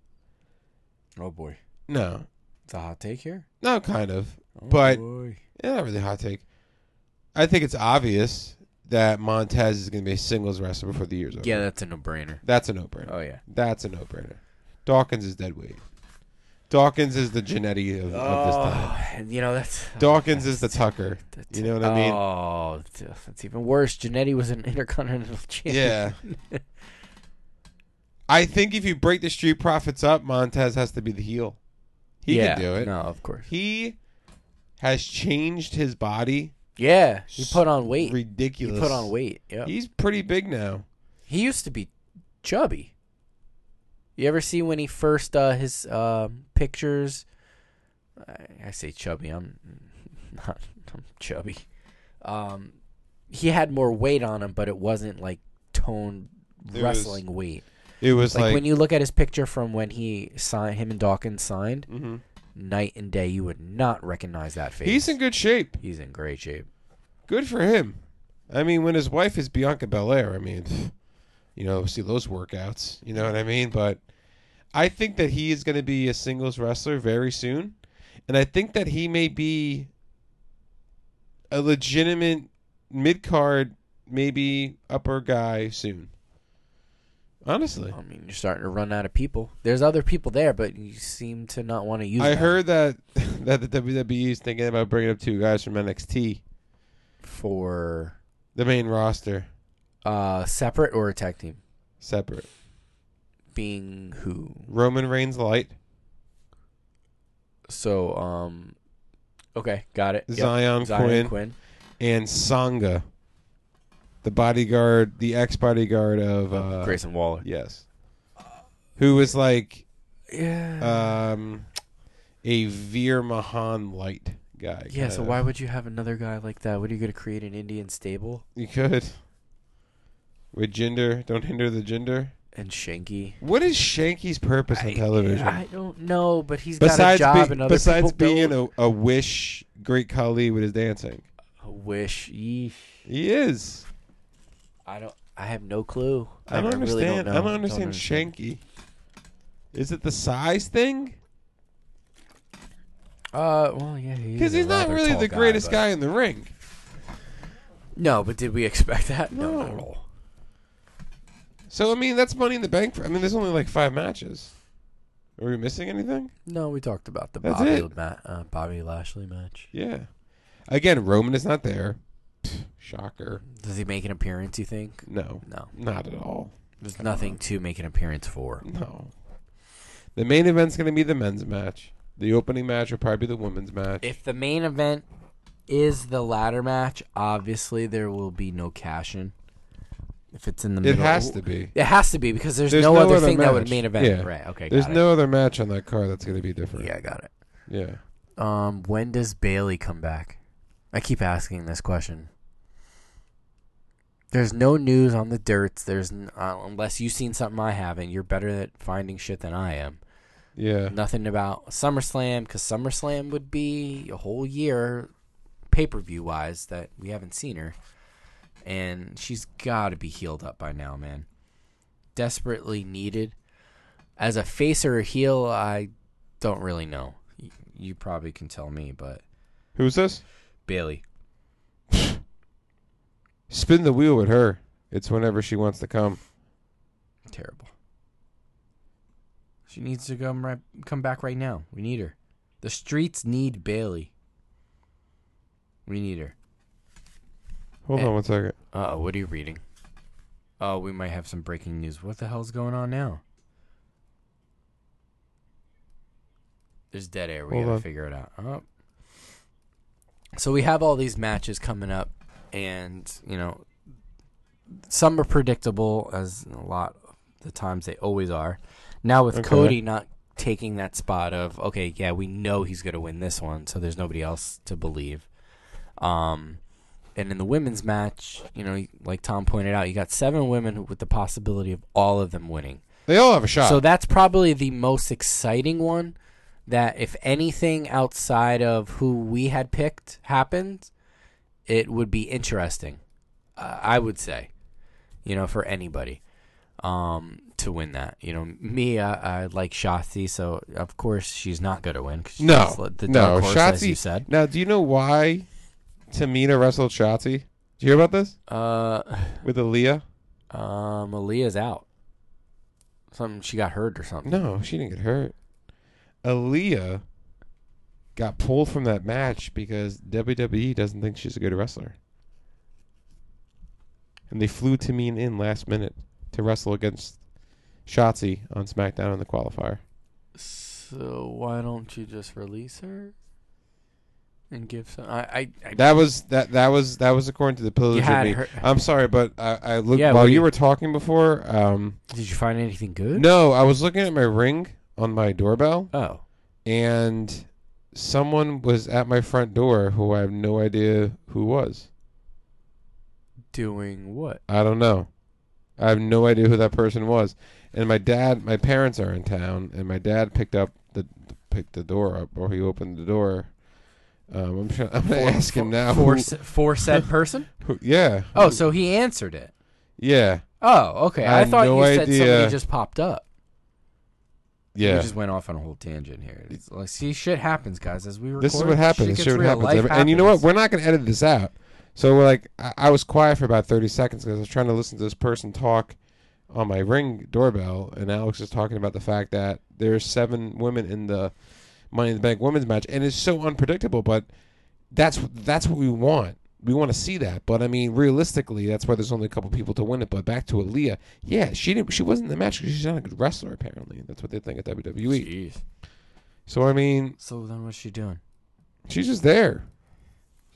C: Oh, boy.
B: No,
C: It's a hot take here.
B: no, kind of,
C: Oh,
B: but
C: boy.
B: yeah, not really a hot take. I think it's obvious that Montez is going to be a singles wrestler before the year's over.
C: Yeah, that's a no brainer.
B: that's a no-brainer.
C: Oh, yeah.
B: That's a no-brainer. Dawkins is dead weight. Dawkins is the Genetti of, of
C: Oh.
B: this time.
C: and you know, that's.
B: Dawkins is the Tucker.
C: That's-
B: You know what I mean?
C: Oh, that's even worse. Janetti was an intercontinental champion.
B: Yeah. I think if you break the Street Profits up, Montez has to be the heel. He
C: yeah.
B: can do it.
C: No, of course.
B: He has changed his body.
C: Yeah, he put on weight. he
B: Ridiculous.
C: put on weight. Yeah,
B: He's pretty big now.
C: he used to be chubby. You ever see when he first uh, his um pictures? I, I say chubby. I'm not. I'm chubby. Um, he had more weight on him, but it wasn't like toned
B: was
C: wrestling weight.
B: It was
C: Like,
B: like,
C: when you look at his picture from when he signed, him and Dawkins signed,
B: Mhm.
C: night and day, you would not recognize that face.
B: he's in good shape.
C: he's in great shape.
B: Good for him. I mean, when his wife is Bianca Belair, I mean, pff, you know, see those workouts. You know what I mean? But I think that he is going to be a singles wrestler very soon. and I think that he may be a legitimate mid card, maybe upper guy soon. Honestly,
C: I mean, you're starting to run out of people. There's other people there, but you seem to not want to use.
B: I
C: them.
B: heard that that the WWE is thinking about bringing up two guys from NXT,
C: for
B: the main roster,
C: uh separate or a tag team
B: separate.
C: being who.
B: Roman Reigns light,
C: So um, okay, got it. Yep.
B: Zion,
C: Zion
B: Quinn,
C: Quinn.
B: and Sangha, the bodyguard, the ex bodyguard of uh,
C: Grayson Waller.
B: Yes, who was like
C: Yeah.
B: um, a Veer Mahan light guy.
C: yeah. So
B: kinda.
C: why would you have another guy like that? What are you going to create an Indian stable
B: you could with gender? Don't hinder the gender.
C: and Shanky?
B: What is Shanky's purpose on television?
C: I don't know, but he's
B: besides
C: got a job
B: be-
C: and other
B: besides
C: people
B: being
C: don't.
B: a, a wish great Khali with his dancing,
C: I wish. Yeesh.
B: he is.
C: I don't. I have no clue.
B: I don't
C: really
B: understand.
C: know.
B: I don't understand Shanky. Is it the size thing?
C: Uh, well, yeah, he is
B: Because
C: a
B: he's not
C: rather
B: really
C: tall
B: the greatest
C: but-
B: guy, in the ring.
C: No, but did we expect that?
B: No.
C: not at all.
B: So I mean, that's money in the bank. For, I mean, there's only like five matches. Are we missing anything?
C: No, we talked about the
B: That's
C: Bobby,
B: it.
C: Ma- uh, Bobby Lashley match.
B: Yeah. Again, Roman is not there. Pfft, Shocker.
C: Does he make an appearance? You think?
B: No,
C: No,
B: not at all.
C: there's nothing to make an appearance for.
B: No. The main event's going to be the men's match. The opening match will probably be the women's match.
C: If the main event is the ladder match, obviously there will be no cash in. If it's in the
B: It
C: middle,
B: has to be.
C: It has to be because there's,
B: There's
C: no,
B: no
C: other
B: other
C: thing that would
B: match.
C: main event.
B: Yeah.
C: Right? Okay.
B: There's
C: got
B: no other match on that card that's going to be different.
C: It. Yeah, I got it.
B: Yeah.
C: Um, when does Bailey come back? I keep asking this question. There's no news on the dirts. There's n- uh, unless you've seen something I haven't. You're better at finding shit than I am.
B: Yeah.
C: Nothing about SummerSlam because SummerSlam would be a whole year, pay per view wise, that we haven't seen her, and she's got to be healed up by now, man. Desperately needed. As a face or a heel, I don't really know. Y- You probably can tell me, but
B: Who's this?
C: Bailey.
B: Spin the wheel with her. It's whenever she wants to come.
C: Terrible. She needs to come right, come back right now. We need her. The streets need Bailey. We need her.
B: Hold
C: Eh.
B: on one second.
C: Uh oh, what are you reading? Oh, we might have some breaking news. What the hell's going on now? There's dead air. We
B: Hold
C: gotta
B: on.
C: figure it out. Oh. So we have all these matches coming up, and you know, some are predictable, as a lot of the times they always are. Now with
B: Okay.
C: Cody not taking that spot of okay, yeah, we know he's gonna win this one, so there's nobody else to believe. Um, and in the women's match, you know, like Tom pointed out, you got seven women with the possibility of all of them winning.
B: They all have a shot.
C: So that's probably the most exciting one. That if anything outside of who we had picked happened, it would be interesting. Uh, I would say, you know, for anybody um, to win that. You know, me, I, I like Shotzi, so of course she's not going to win. 'cause she's
B: no.
C: the
B: no.
C: dark horse,
B: Shotzi.
C: as you said.
B: Now, do you know why Tamina wrestled Shotzi? Do you hear about this?
C: Uh,
B: With Aaliyah?
C: um, Aaliyah's out. Something she got hurt or something.
B: No, she didn't get hurt. Aaliyah got pulled from that match because WWE doesn't think she's a good wrestler. And they flew Tamina in last minute to wrestle against Shotzi on SmackDown in the qualifier.
C: So why don't you just release her and give some? I, I, I
B: That was that that was that was Oh. according to the pillage of
C: had
B: me.
C: her-
B: I'm sorry, but I, I looked
C: Yeah,
B: while
C: what
B: you
C: you-
B: were talking before. Um,
C: did you find anything good?
B: no, I was looking at my ring on my doorbell,
C: Oh,
B: and someone was at my front door who I have no idea who was.
C: doing what?
B: I don't know. I have no idea who that person was. And my dad, my parents are in town, and my dad picked up the picked the door up, or he opened the door. Um, I'm sure, I'm gonna ask him now. Uh, who-
C: For, for, said person?
B: who- yeah.
C: Oh,
B: who-
C: so he answered it.
B: yeah.
C: Oh, okay.
B: I
C: I,
B: had
C: thought
B: no
C: you said
B: idea.
C: somebody just popped up.
B: yeah.
C: We just went off on a whole tangent here. It's like, see, shit happens, guys. As we record,
B: This is what happens.
C: Shit
B: Shit
C: gets real.
B: happens.
C: Life
B: Every- And you know what?
C: happens.
B: We're not going to edit this out. So we're like, I, I was quiet for about 30 seconds because I was trying to listen to this person talk on my ring doorbell, and Alex is talking about the fact that there's seven women in the Money in the Bank women's match, and it's so unpredictable. But that's that's what we want. We want to see that. But I mean, realistically, that's why there's only a couple people to win it. But back to Aaliyah, yeah, she didn't. She wasn't in the match 'cause she's not a good wrestler. Apparently, that's what they think at WWE.
C: Jeez.
B: E. So I mean,
C: So then, what's she doing?
B: she's just there.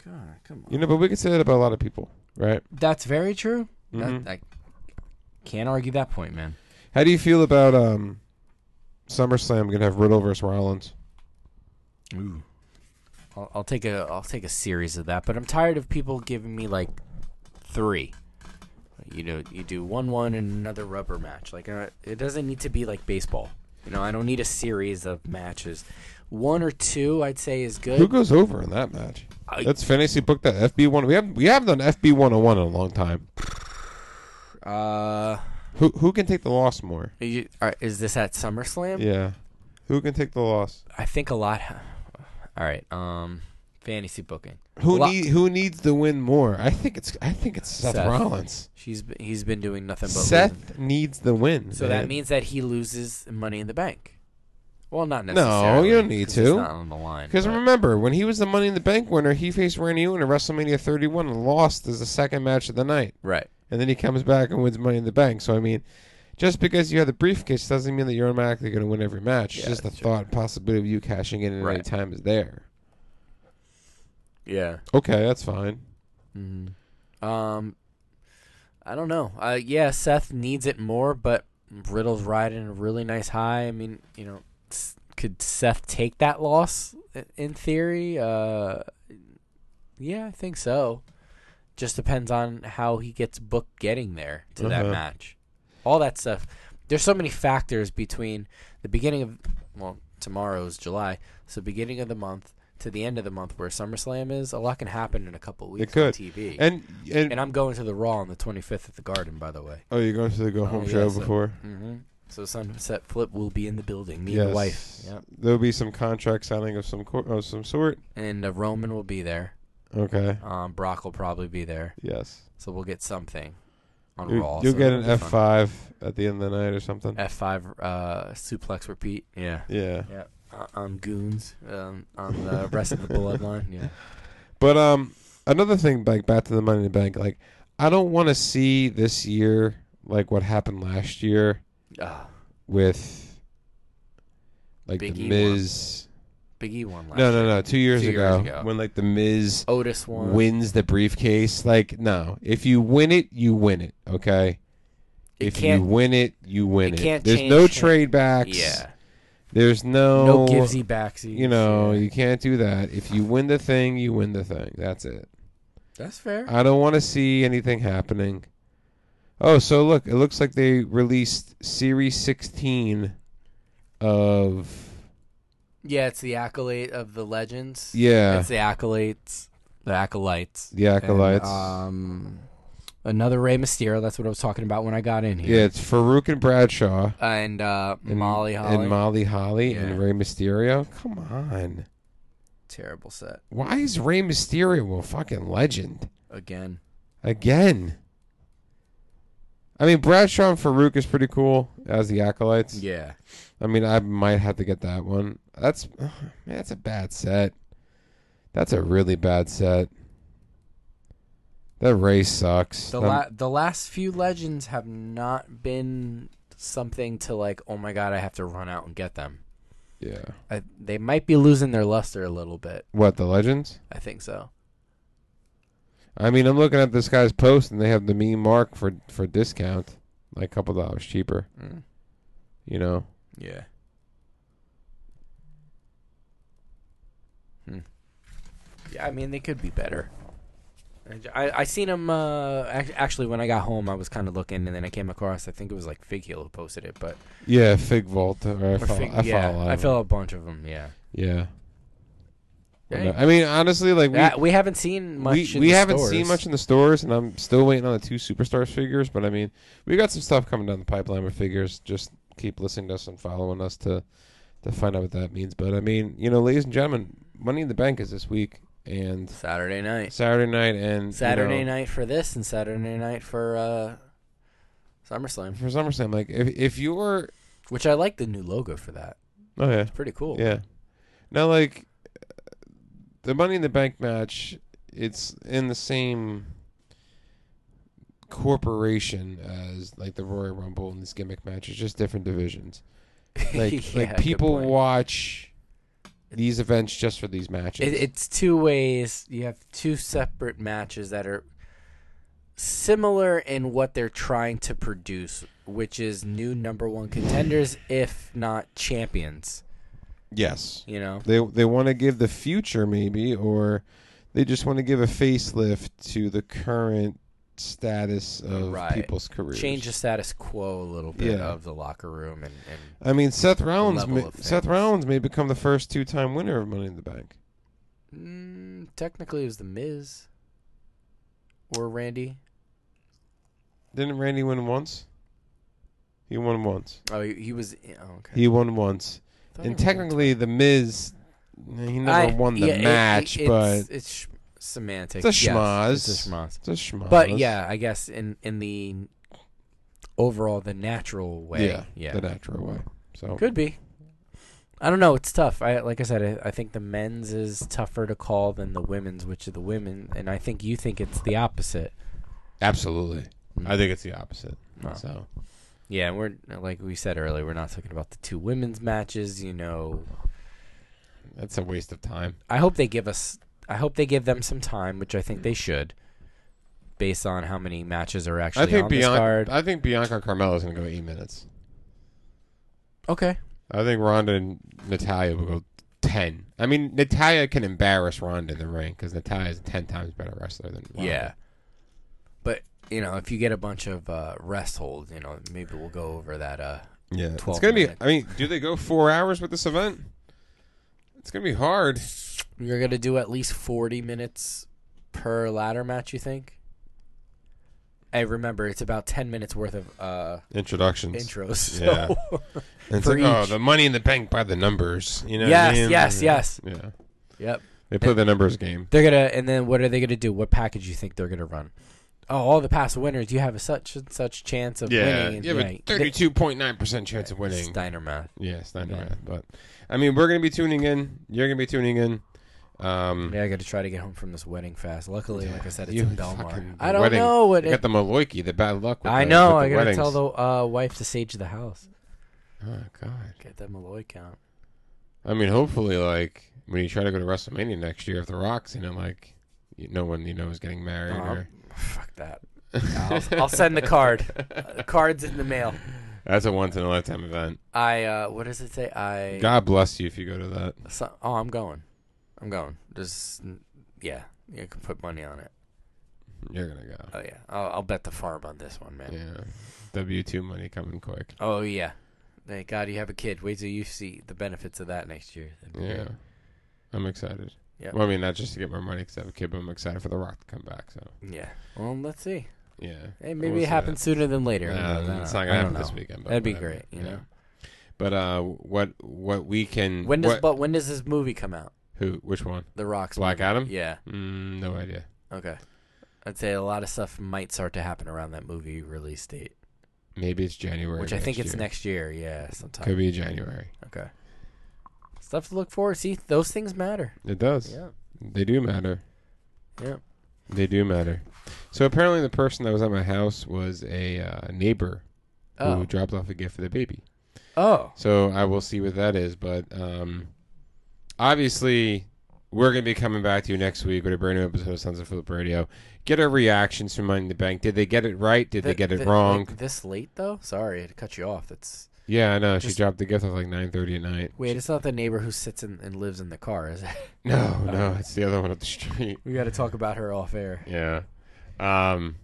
C: God, come on.
B: You know, but we could say that about a lot of people, right?
C: That's very true.
B: Mhm.
C: That, I can't argue that point, man.
B: How do you feel about um, SummerSlam? We're gonna have Riddle versus Rollins.
C: Ooh. I'll, I'll take a I'll take a series of that, but I'm tired of people giving me like three. You know, you do one one and another rubber match. Like uh, it doesn't need to be like baseball. You know, I don't need a series of matches. One or two, I'd say, is
B: Who
C: good.
B: goes over in that match?
C: I-
B: Let's fantasy book that FB one. We haven't we haven't done FB one on one in a long time.
C: Uh,
B: Who who can take the loss more?
C: you, are, is this at SummerSlam?
B: Yeah, who can take the loss?
C: I think a lot. All right, um, fantasy booking.
B: Who
C: Lo-
B: need who needs the win more? I think it's I think it's Seth,
C: Seth.
B: Rollins.
C: She's been, he's been doing nothing but
B: Seth
C: losing.
B: needs the win.
C: So
B: man.
C: that means that he loses Money in the Bank. Well, not
B: you
C: necessarily.
B: don't need
C: 'cause it's
B: to.
C: not on the line.
B: Because
C: but-
B: remember, when he was the Money in the Bank winner, he faced Randy Orton at WrestleMania 31 and lost as the second match of the night.
C: right.
B: and then he comes back and wins Money in the Bank. So I mean, just because you have the briefcase doesn't mean that you're automatically going to win every match. It's
C: Yeah,
B: just the
C: sure.
B: thought and possibility of you cashing in at any
C: Right.
B: time is there.
C: Yeah.
B: Okay, that's fine.
C: Um, I don't know. Uh, yeah, Seth needs it more, but Riddle's riding a really nice high. I mean, you know, s- could Seth take that loss i- in theory? Uh, yeah, I think so. Just depends on how he gets booked getting there to that
B: Uh-huh.
C: match. All that stuff. There's so many factors between the beginning of well, tomorrow's July, so beginning of the month to the end of the month where SummerSlam is. A lot can happen in a couple weeks
B: could.
C: on TV.
B: And and,
C: And I'm going to the Raw on the 25th at the Garden, by the way.
B: oh, you're going to the go home
C: yeah,
B: show
C: so-
B: before.
C: Mm-hmm. So Sunset Flip will be in the building. Me
B: yes.
C: and the wife. Yep.
B: There'll be some contract signing of some cor- of some sort.
C: And uh, Roman will be there.
B: Okay.
C: Um, Brock will probably be there.
B: Yes.
C: So we'll get something on
B: You,
C: Raw.
B: will
C: so
B: get
C: that'll
B: an
C: be
B: F
C: fun.
B: five at the end of the night or something.
C: F5 uh, suplex repeat. Yeah.
B: yeah.
C: Yeah. Uh, on Goons. Um, on the rest of the Bloodline. Yeah.
B: But um, another thing, like back to the Money in the Bank, like I don't want to see this year like what happened last year
C: Uh,
B: with like
C: Big
B: the
C: E
B: Miz.
C: Big E won last
B: No,
C: year.
B: no, no. Two years,
C: Two
B: ago,
C: years ago. Oh,
B: when like the Miz
C: Otis won.
B: wins the briefcase, like no, if you win it, you win it. Okay.
C: It
B: if you
C: can't-
B: win it, you win
C: it
B: it.
C: can't
B: There's
C: change
B: no
C: him.
B: trade backs.
C: Yeah.
B: There's no
C: No givesy backsy.
B: You know, you can't do that. If you win the thing, you win the thing. That's it.
C: That's fair.
B: I don't want to see anything happening. Oh, so look, it looks like they released Series 16 of
C: Yeah, it's the accolade of the legends.
B: yeah,
C: It's the accolades, the acolytes.
B: the acolytes.
C: And, um, another Rey Mysterio. That's what I was talking about when I got in
B: yeah,
C: here.
B: it's Farouk and Bradshaw
C: And, uh,
B: and
C: Molly Holly.
B: and Molly Holly
C: Yeah.
B: and Rey Mysterio. Come on,
C: Terrible set
B: why is Rey Mysterio a fucking legend
C: again.
B: again? I mean, Bradshaw and Farouk is pretty cool as the acolytes.
C: Yeah.
B: I mean, I might have to get that one. That's man, that's a bad set. That's a really bad set. That race sucks.
C: The
B: Um,
C: la- the last few legends have not been something to like. Oh my god, I have to run out and get them.
B: yeah.
C: I, they might be losing their luster a little bit.
B: What the legends?
C: I think so.
B: I mean, I'm looking at this guy's post, and they have the mean mark for for discount, like a couple dollars cheaper.
C: Mm.
B: You know.
C: Yeah. Yeah, I mean they could be better. I I seen him uh, ac- actually when I got home I was kind of looking and then I came across I think it was like Fig Hill who posted it but
B: Yeah, Fig Vault. Or I,
C: or
B: follow,
C: Fig-
B: I
C: yeah
B: follow. a lot
C: I
B: of
C: follow a bunch of them yeah.
B: them. Yeah.
C: Dang.
B: I mean, honestly, like we
C: That- we haven't seen much.
B: we,
C: in
B: we
C: the
B: haven't
C: stores.
B: seen much in the stores, and I'm still waiting on the two superstars figures. But I mean, we got some stuff coming down the pipeline with figures. Just keep listening to us and following us to to find out what that means. But I mean, you know, ladies and gentlemen, Money in the Bank is this week and
C: Saturday night.
B: Saturday night and
C: Saturday
B: you know,
C: night for this and Saturday night for uh, SummerSlam.
B: for SummerSlam. Like if if you were
C: Which I like the new logo for that.
B: oh yeah
C: Pretty cool.
B: yeah now like the Money in the Bank match, it's in the same corporation as like the Royal Rumble and these gimmick matches, just different divisions. Like
C: Yeah,
B: like
C: good
B: people
C: point.
B: watch these events just for these matches.
C: It, it's two ways. You have two separate matches that are similar in what they're trying to produce, which is new number one contenders, if not champions.
B: yes.
C: You know,
B: They they want to give the future maybe, or they just want to give a facelift to the current status of
C: Right.
B: people's careers.
C: change the status quo a little bit
B: Yeah.
C: of the locker room, and, and
B: I mean, Seth Rollins.
C: level
B: May,
C: of
B: Seth
C: fans.
B: Rollins may become the first two-time winner of Money in the Bank.
C: Mm, technically, it was the Miz or Randy.
B: Didn't Randy win once? He won once.
C: Oh, he, he was. Oh, okay.
B: He won once,
C: Thought
B: and
C: he won
B: technically, the Miz. He never
C: I-
B: won the
C: yeah, it-
B: match,
C: it-
B: but
C: it's,
B: it's,
C: it's sh- semantics.
B: It's a
C: Yes, it's a
B: schmoz.
C: schmoz.
B: a schmuck.
C: But yeah, I guess in in the overall the natural way,
B: yeah,
C: yeah,
B: the natural way. So
C: could be. I don't know. It's tough. I like I said. I, I think the men's is tougher to call than the women's, which are the women, and I think you think it's the opposite.
B: absolutely,
C: Mm.
B: I think it's the opposite.
C: Oh.
B: So
C: Yeah, and we're like we said earlier, we're not talking about the two women's matches. You know,
B: that's a waste of time.
C: I hope they give us. I hope they give them some time, which I think they should, based on how many matches are actually
B: I think
C: on this
B: Bianca.
C: card.
B: I think Bianca Carmella is going to go eight minutes.
C: Okay,
B: I think Ronda and Natalia will go ten. I mean, Natalia can embarrass Ronda in the ring because Natalia is a ten times better wrestler than Ronda.
C: yeah, but you know, if you get a bunch of uh, rest holds, you know, maybe we'll go over that. Uh,
B: yeah. It's
C: 12
B: gonna be.
C: minutes.
B: I mean, do they go four hours with this event? It's gonna be hard.
C: you're gonna do at least forty minutes per ladder match. You think? I remember it's about ten minutes worth of uh,
B: Introductions.
C: intros. So.
B: Yeah. it's
C: for
B: like, oh,
C: each.
B: the Money in the Bank by the numbers. You know. what
C: Yes,
B: I mean?
C: yes,
B: yeah.
C: yes.
B: Yeah.
C: yep.
B: They play the numbers game.
C: They're gonna, and then what are they gonna do? What package you think they're gonna run? Oh, all the past winners, you have a such and such chance of
B: Yeah,
C: winning. and-
B: you have a
C: right.
B: thirty-two point nine percent chance of winning.
C: Steiner math.
B: Yeah, Steiner
C: Yeah.
B: Math. But I mean, we're gonna be tuning in. You're gonna be tuning in. Um,
C: Yeah, I got to try to get home from this wedding fast. Luckily, like I said, it's
B: you
C: in Belmar.
B: fucking-
C: I don't
B: wedding-
C: know what.
B: you got
C: It,
B: the Maloiki, the bad luck. With
C: I
B: the- with
C: know. I
B: the
C: gotta
B: weddings.
C: tell the uh, wife to sage the house.
B: Oh God.
C: Get that Malloy count.
B: I mean, hopefully, like when you try to go to WrestleMania next year, if The Rock's in it, like you, no one you know is getting married.
C: Um,
B: or...
C: fuck that. I'll, I'll send the card. Uh, the card's in the mail.
B: That's a once in a lifetime event.
C: I. Uh, what does it say? I.
B: God bless you if you go to that.
C: So, oh, I'm going. I'm going. Just yeah. You can put money on it.
B: You're gonna go.
C: Oh yeah. I'll, I'll bet the farm on this one, man.
B: Yeah. W two money coming quick.
C: Oh yeah. Thank God you have a kid. Wait till you see the benefits of that next year. That'd be
B: Yeah.
C: great.
B: I'm excited.
C: Yeah.
B: Well, I mean, not just to get more money because I have a kid, but I'm excited for The Rock to come back. So
C: Yeah. Well, let's see.
B: yeah.
C: Hey,
B: We'll
C: maybe
B: see
C: it happens sooner than
B: that.
C: later. I
B: Nah,
C: don't know.
B: it's not
C: I
B: gonna happen
C: don't
B: this
C: know.
B: weekend. But
C: That'd be
B: whatever.
C: great. You
B: Yeah.
C: know.
B: But uh, what what we can
C: When does
B: what-
C: but when does this movie come out?
B: who which one
C: The Rock's
B: Black
C: movie.
B: Adam?
C: Yeah.
B: Mm, no idea.
C: Okay. I'd say a lot of stuff might start to happen around that movie release date,
B: Maybe it's January.
C: which I think
B: next
C: it's
B: year.
C: next year. Yeah, sometime.
B: Could be January.
C: Okay. Stuff to look forward. See, those things matter.
B: It does.
C: Yeah.
B: They do matter.
C: Yeah.
B: They do matter. So apparently, the person that was at my house was a uh, neighbor
C: Oh.
B: who dropped off a gift for the baby.
C: Oh.
B: So I will see what that is. But um, obviously, we're going to be coming back to you next week with a brand new episode of Sons of Philip Radio. Get our reactions from Money in the Bank. Did they get it right? Did they
C: Th-
B: get it
C: th-
B: wrong?
C: like, this late though? Sorry to cut you off. That's
B: yeah, I know. she
C: just-
B: dropped the gift off like nine thirty at night.
C: wait. It's not the neighbor who sits in, and lives in the car, is it?
B: No, no, it's the other one up the street.
C: We got to talk about her off air.
B: Yeah. Um,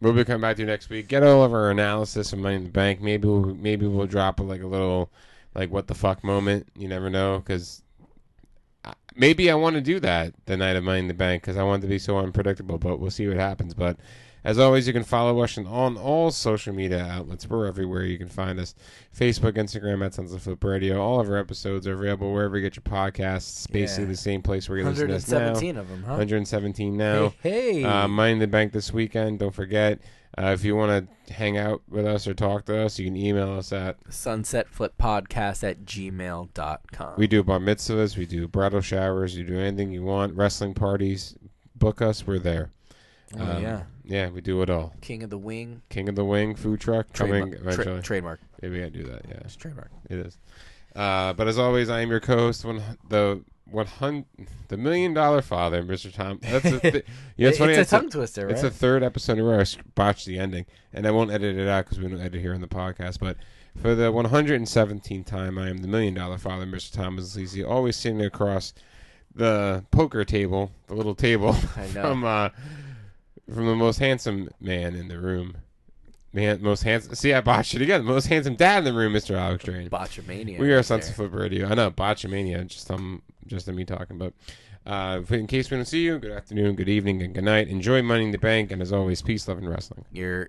B: we'll be coming back to you next week. Get all of our analysis of Money in the Bank. Maybe we'll, maybe we'll drop like a little like what the fuck moment. You never know because I- maybe I want to do that the night of Money in the Bank because I want it to be so unpredictable. But we'll see what happens. But as always, you can follow us on- on all social media outlets. We're everywhere. You can find us Facebook, Instagram at Sons of Flip Radio. All of our episodes are available wherever you get your podcasts. It's basically
C: Yeah.
B: the same place where you listen to us now.
C: 117 of them, huh?
B: 117 now.
C: Hey, hey.
B: Uh, Mind the Bank this weekend. Don't forget, uh, if you want to hang out with us or talk to us, you can email us at.
C: sunsetflippodcast at gmail.com.
B: We do bar mitzvahs, we do bridal showers, you do anything you want, wrestling parties. Book us, we're there.
C: oh,
B: um,
C: yeah.
B: Yeah, we do it all.
C: King of the Wing.
B: King of the Wing food truck coming
C: Trademark. Tra-
B: eventually.
C: trademark.
B: Maybe I do that. Yeah,
C: It's trademark.
B: it is. Uh, but as always, I am your co-host, one, the one hundred, the million dollar father, Mr. Tom. That's a th- yeah, it's
C: It-
B: funny.
C: it's a
B: it's a-
C: tongue twister, right?
B: It's the third episode in a row I botched the ending, and I won't edit it out because we don't edit here on the podcast. But for the 117th time, I am the million dollar father, Mr. Thomas Lisi, always sitting across the poker table, the little table
C: I know.
B: from uh, from the most handsome man in the room. Man, most handsome. See, I botched it again. The most handsome dad in the room, Mr. Alex Drain.
C: Botchamania.
B: We are
C: right
B: Sons
C: there.
B: of Flip Radio. I know Botchamania. Just um, just me talking. But uh, if- in case we don't see you, good afternoon, good evening, and good night. Enjoy Money in the Bank, and as always, peace, love, and wrestling.
C: You're